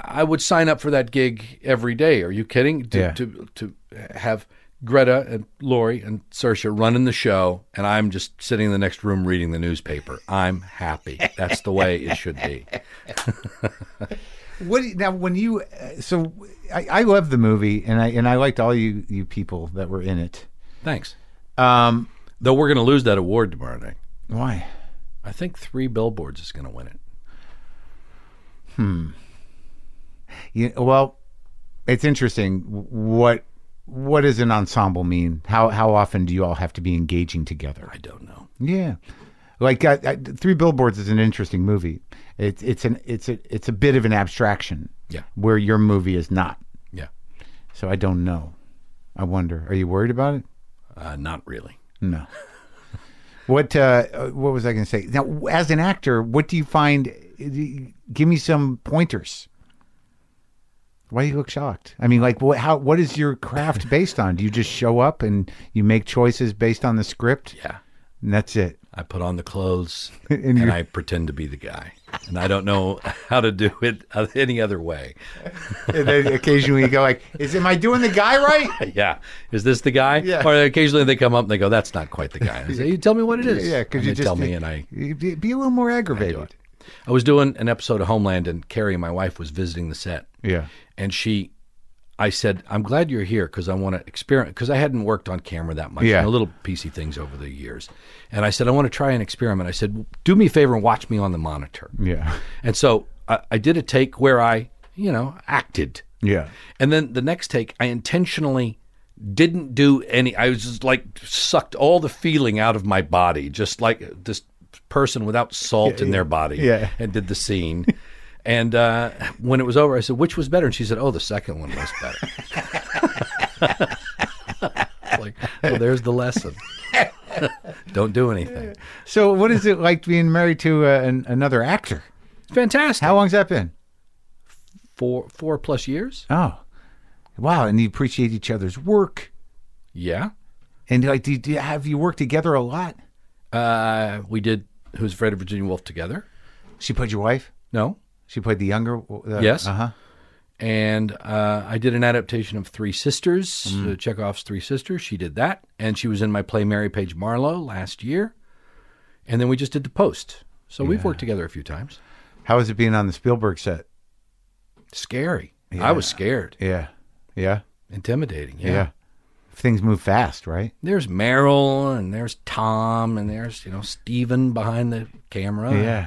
I would sign up for that gig every day. Are you kidding? To Yeah. to, to have Greta and Lori and Sersha running the show, and I'm just sitting in the next room reading the newspaper. I'm happy. That's the way it should be. What do you- now when you uh, so I, I love the movie and I and I liked all you you people that were in it. Thanks. Um, Though we're going to lose that award tomorrow night. why? I think three billboards is going to win it. You, well, it's interesting. What what does an ensemble mean? How how often do you all have to be engaging together? I don't know. Yeah, like I, I, Three Billboards is an interesting movie. It's it's an it's a it's a bit of an abstraction. Yeah. where your movie is not. Yeah. So I don't know. I wonder. Are you worried about it? Uh, not really. No. what uh, what was I going to say? Now, as an actor, what do you find? Give me some pointers. Why do you look shocked? I mean, like, what? How? What is your craft based on? Do you just show up and you make choices based on the script, Yeah. and that's it? I put on the clothes And and, you're- I pretend to be the guy. And I don't know how to do it any other way. And then occasionally you go like, "Is am I doing the guy right?" Yeah. Is this the guy? Yeah. Or occasionally they come up and they go, that's not quite the guy. And I say, you tell me what it is. Yeah, because And you they just tell me and I be, be a little more aggravated. I was doing an episode of Homeland, and Carrie, my wife, was visiting the set. Yeah. And she, I said, I'm glad you're here because I want to experiment, because I hadn't worked on camera that much. Yeah. and little PC things over the years. And I said, I want to try an experiment. I said, do me a favor and watch me on the monitor. Yeah, And so I, I did a take where I, you know, acted. yeah, And then the next take, I intentionally didn't do any. I was just like sucked all the feeling out of my body, just like this person without salt in their body, yeah. and did the scene. and uh, when it was over, I said, "Which was better?" And she said, "Oh, the second one was better." like, well, there's the lesson. Don't do anything. So, what is it like being married to uh, an, another actor? It's fantastic. How long's that been? Four four plus years. Oh, wow! And you appreciate each other's work, Yeah. and like, do you, do you- have you worked together a lot? Uh, we did. Who's Afraid of Virginia Woolf together? She played your wife. No. She played the younger. Uh, Yes. Uh huh. and uh, I did an adaptation of Three Sisters, Mm-hmm. uh, Chekhov's Three Sisters. She did that, and she was in my play Mary Page Marlowe last year. And then we just did the post. So we've worked together a few times. How was it being on the Spielberg set? Scary. I was scared. Yeah. Yeah. Intimidating. Yeah. Yeah. Things move fast, right? There's Meryl, and there's Tom, and there's you know Steven behind the camera. yeah.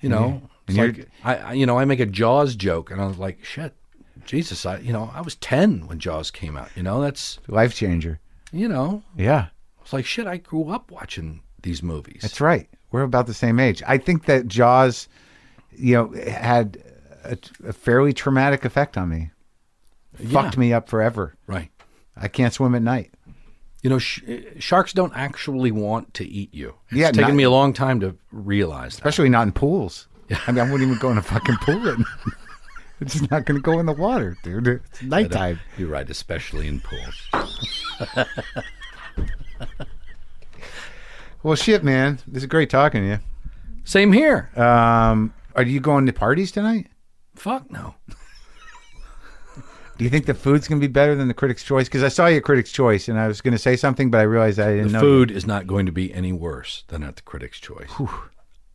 You know, it's And you're- like I, I you know I make a Jaws joke, and I was like, shit, Jesus, I you know I was ten when Jaws came out. You know that's Life changer. you know Yeah. It's like shit. I grew up watching these movies. That's right. We're about the same age. I think that Jaws, you know, had a, a fairly traumatic effect on me. Fucked me up forever. right. I can't swim at night. You know, sh- uh, sharks don't actually want to eat you. It's Yeah, taken not- me a long time to realize that. especially not in pools. I mean, I wouldn't even go in a fucking pool. At, it's just not going to go in the water, dude. It's nighttime. You're right, especially in pools. Well, shit, man. This is great talking to Same here. you. Um, are you going to parties tonight? Fuck no. Do you think the food's going to be better than the Critics' Choice? Because I saw your Critics' Choice, and I was going to say something, but I realized I didn't The know. food is not going to be any worse than at the Critics' Choice.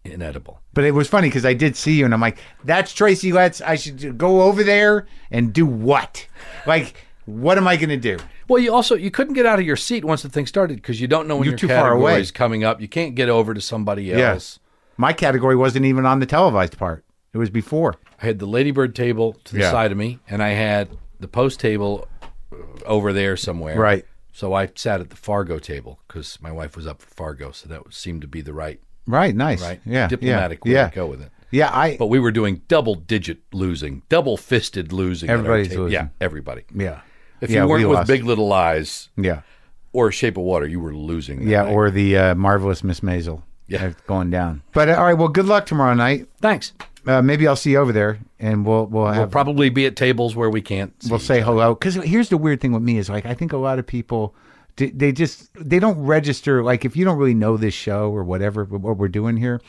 Inedible. But it was funny because I did see you, and I'm like, "That's Tracy Letts. I should go over there and do what? Like, what am I going to do? Well, you also you couldn't get out of your seat once the thing started because you don't know when You're your too far away. category is coming up. You can't get over to somebody else. My category wasn't even on the televised part. It was before. I had the ladybird table to the Yeah. side of me, and I had the post table uh, over there somewhere. Right. So I sat at the Fargo table because my wife was up for Fargo, so that seemed to be the right, Right. Nice. right, Yeah. diplomatic Yeah. way yeah. to go with it. Yeah, I. But we were doing double-digit losing, double-fisted losing. at our Everybody's table. losing. Yeah, everybody. yeah. If Yeah, you we weren't with lost. Big Little Eyes Yeah. or Shape of Water, you were losing. that Yeah. night. Or the uh, marvelous Miss Maisel. Yeah. Uh, Going down. But uh, all right. Well, good luck tomorrow night. thanks. Uh, maybe I'll see you over there, and we'll we'll We'll have we'll, probably be at tables where we can't. See. say hello. Because here's the weird thing with me is like I think a lot of people. d- They just they don't register like if you don't really know this show or whatever what we're doing here.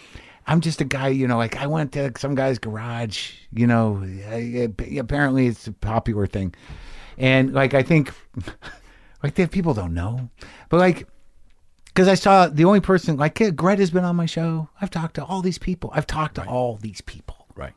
I'm just a guy, you know. Like I went to some guy's garage, you know. I- I- Apparently, it's a popular thing, and like I think, like they, people don't know, but like because I saw the only person like yeah, Greta's been on my show. I've talked to all these people. I've talked to all these people, right.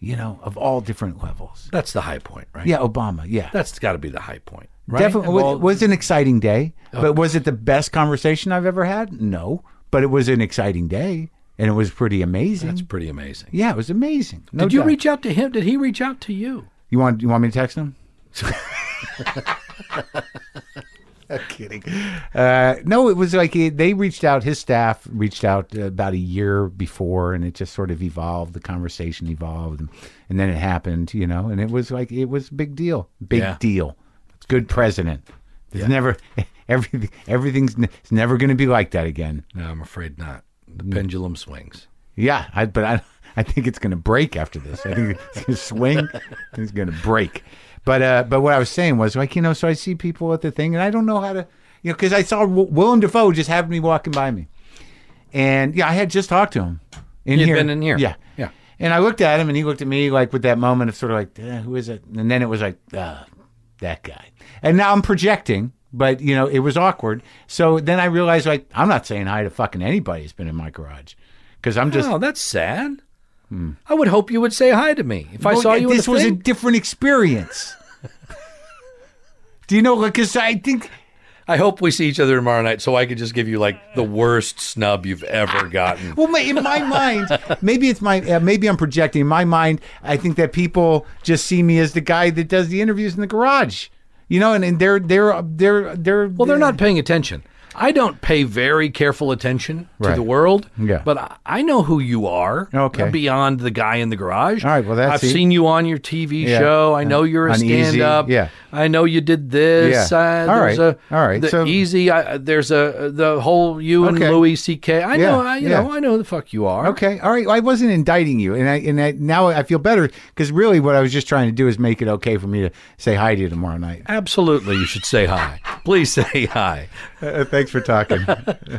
you know, of all different levels. That's the high point, right? Yeah, Obama. Yeah, That's got to be the high point, right? definitely Well, it was an exciting day. But was it the best conversation I've ever had? No, but it was an exciting day, and it was pretty amazing. that's pretty amazing. yeah, it was amazing. No Did you doubt. reach out to him? Did he reach out to you? You want you want me to text him? I'm kidding. Uh, no, it was like it, they reached out. His staff reached out uh, about a year before, and it just sort of evolved. The conversation evolved, and, and then it happened. You know, and it was like it was a big deal. Big Yeah. deal. Good president. There's never everything. Everything's ne- it's never going to be like that again. No, I'm afraid not. The pendulum swings. Yeah, I, but I, I think it's going to break after this. I think it's going to swing. and It's going to break. But uh, but what I was saying was like you know, so I see people at the thing, and I don't know how to, you know, because I saw Will- Willem Dafoe just happened to be walking by me, and yeah, I had just talked to him in He had here. been in here. Yeah, Yeah. And I looked at him, and he looked at me like with that moment of sort of like, eh, who is it? And then it was like, uh, that guy. And now I'm projecting. But you know, it was awkward. So then I realized, like, I'm not saying hi to fucking anybody who's been in my garage, because I'm just Hmm. oh, that's sad. I would hope you would say hi to me if I Well, saw you. in This the was a thing. different experience. Do you know? Because I think I hope we see each other tomorrow night, so I could just give you like the worst snub you've ever gotten. Well, ma- in my mind, maybe it's my uh, maybe I'm projecting. In my mind, I think that people just see me as the guy that does the interviews in the garage, you know, and, and they're they're uh, they're they're Well, they're not paying attention. I don't pay very careful attention to Right. the world, Yeah. but I- I know who you are Okay. beyond the guy in the garage. All right, well, that's I've it. seen you on your TV Yeah. show. I know you're a On Easy, stand up. yeah. I know you did this. Yeah. Uh, All there's right, A, all right, The so- easy. I, there's a the whole you and Okay. Louis C.K. I Yeah, know. I, you yeah. know. I know who the fuck you are. Okay, all right. Well, I wasn't indicting you, and I and I, now I feel better because really, what I was just trying to do is make it okay for me to say hi to you tomorrow night. Absolutely, you should say hi. Please say hi. Uh, thanks for talking.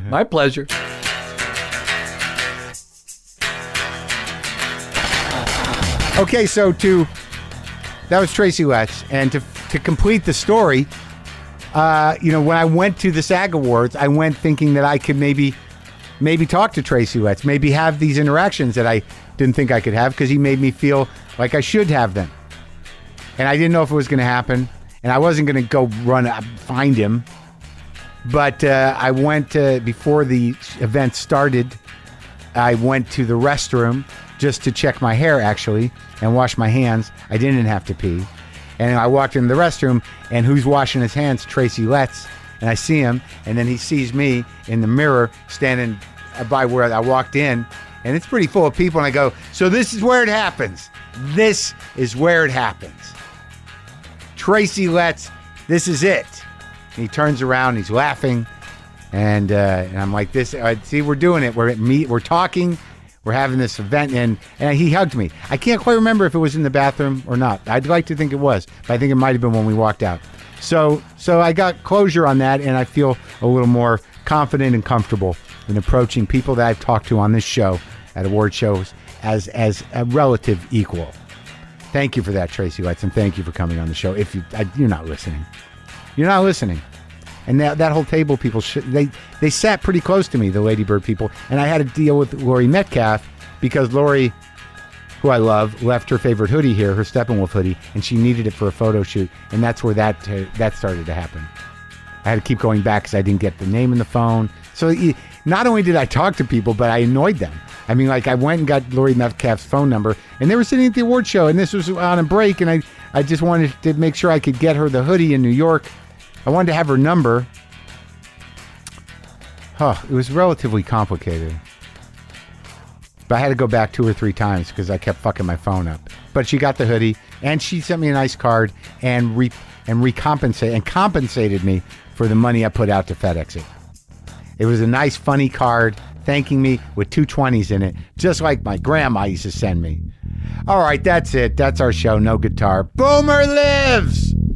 My pleasure. Okay, so to that was Tracy Letts. And to, to complete the story, uh, you know, when I went to the SAG Awards, I went thinking that I could maybe maybe talk to Tracy Letts, maybe have these interactions that I didn't think I could have because he made me feel like I should have them. And I didn't know if it was going to happen. And I wasn't going to go run uh, find him. But uh, I went to, before the event started, I went to the restroom just to check my hair actually and wash my hands. I didn't have to pee. And I walked in the restroom, and who's washing his hands? Tracy Letts. And I see him, and then he sees me in the mirror standing by where I walked in, and it's pretty full of people. And I go, So this is where it happens. This is where it happens. Tracy Letts, this is it. And he turns around, he's laughing, and, uh, and I'm like, This, uh, see, we're doing it. We're at meet, we're talking. We're having this event, and, and he hugged me. I can't quite remember if it was in the bathroom or not. I'd like to think it was, but I think it might have been when we walked out. So, so I got closure on that, and I feel a little more confident and comfortable in approaching people that I've talked to on this show at award shows as as a relative equal. Thank you for that, Tracy Lights, and thank you for coming on the show. If you I, you're not listening, you're not listening. And that, that whole table, people sh- they they sat pretty close to me, the Ladybird people, and I had to deal with Lori Metcalf because Lori, who I love, left her favorite hoodie here, her Steppenwolf hoodie, and she needed it for a photo shoot, and that's where that uh, that started to happen. I had to keep going back because I didn't get the name in the phone. So e- not only did I talk to people, but I annoyed them. I mean, like I went and got Lori Metcalf's phone number, and they were sitting at the award show, and this was on a break, and I I just wanted to make sure I could get her the hoodie in New York. I wanted to have her number. Huh, it was relatively complicated. But I had to go back two or three times because I kept fucking my phone up. But she got the hoodie and she sent me a nice card and re and recompensate and compensated me for the money I put out to FedEx it. It was a nice funny card thanking me with two twenties in it, just like my grandma used to send me. All right, that's it. That's our show. No guitar. Boomer lives.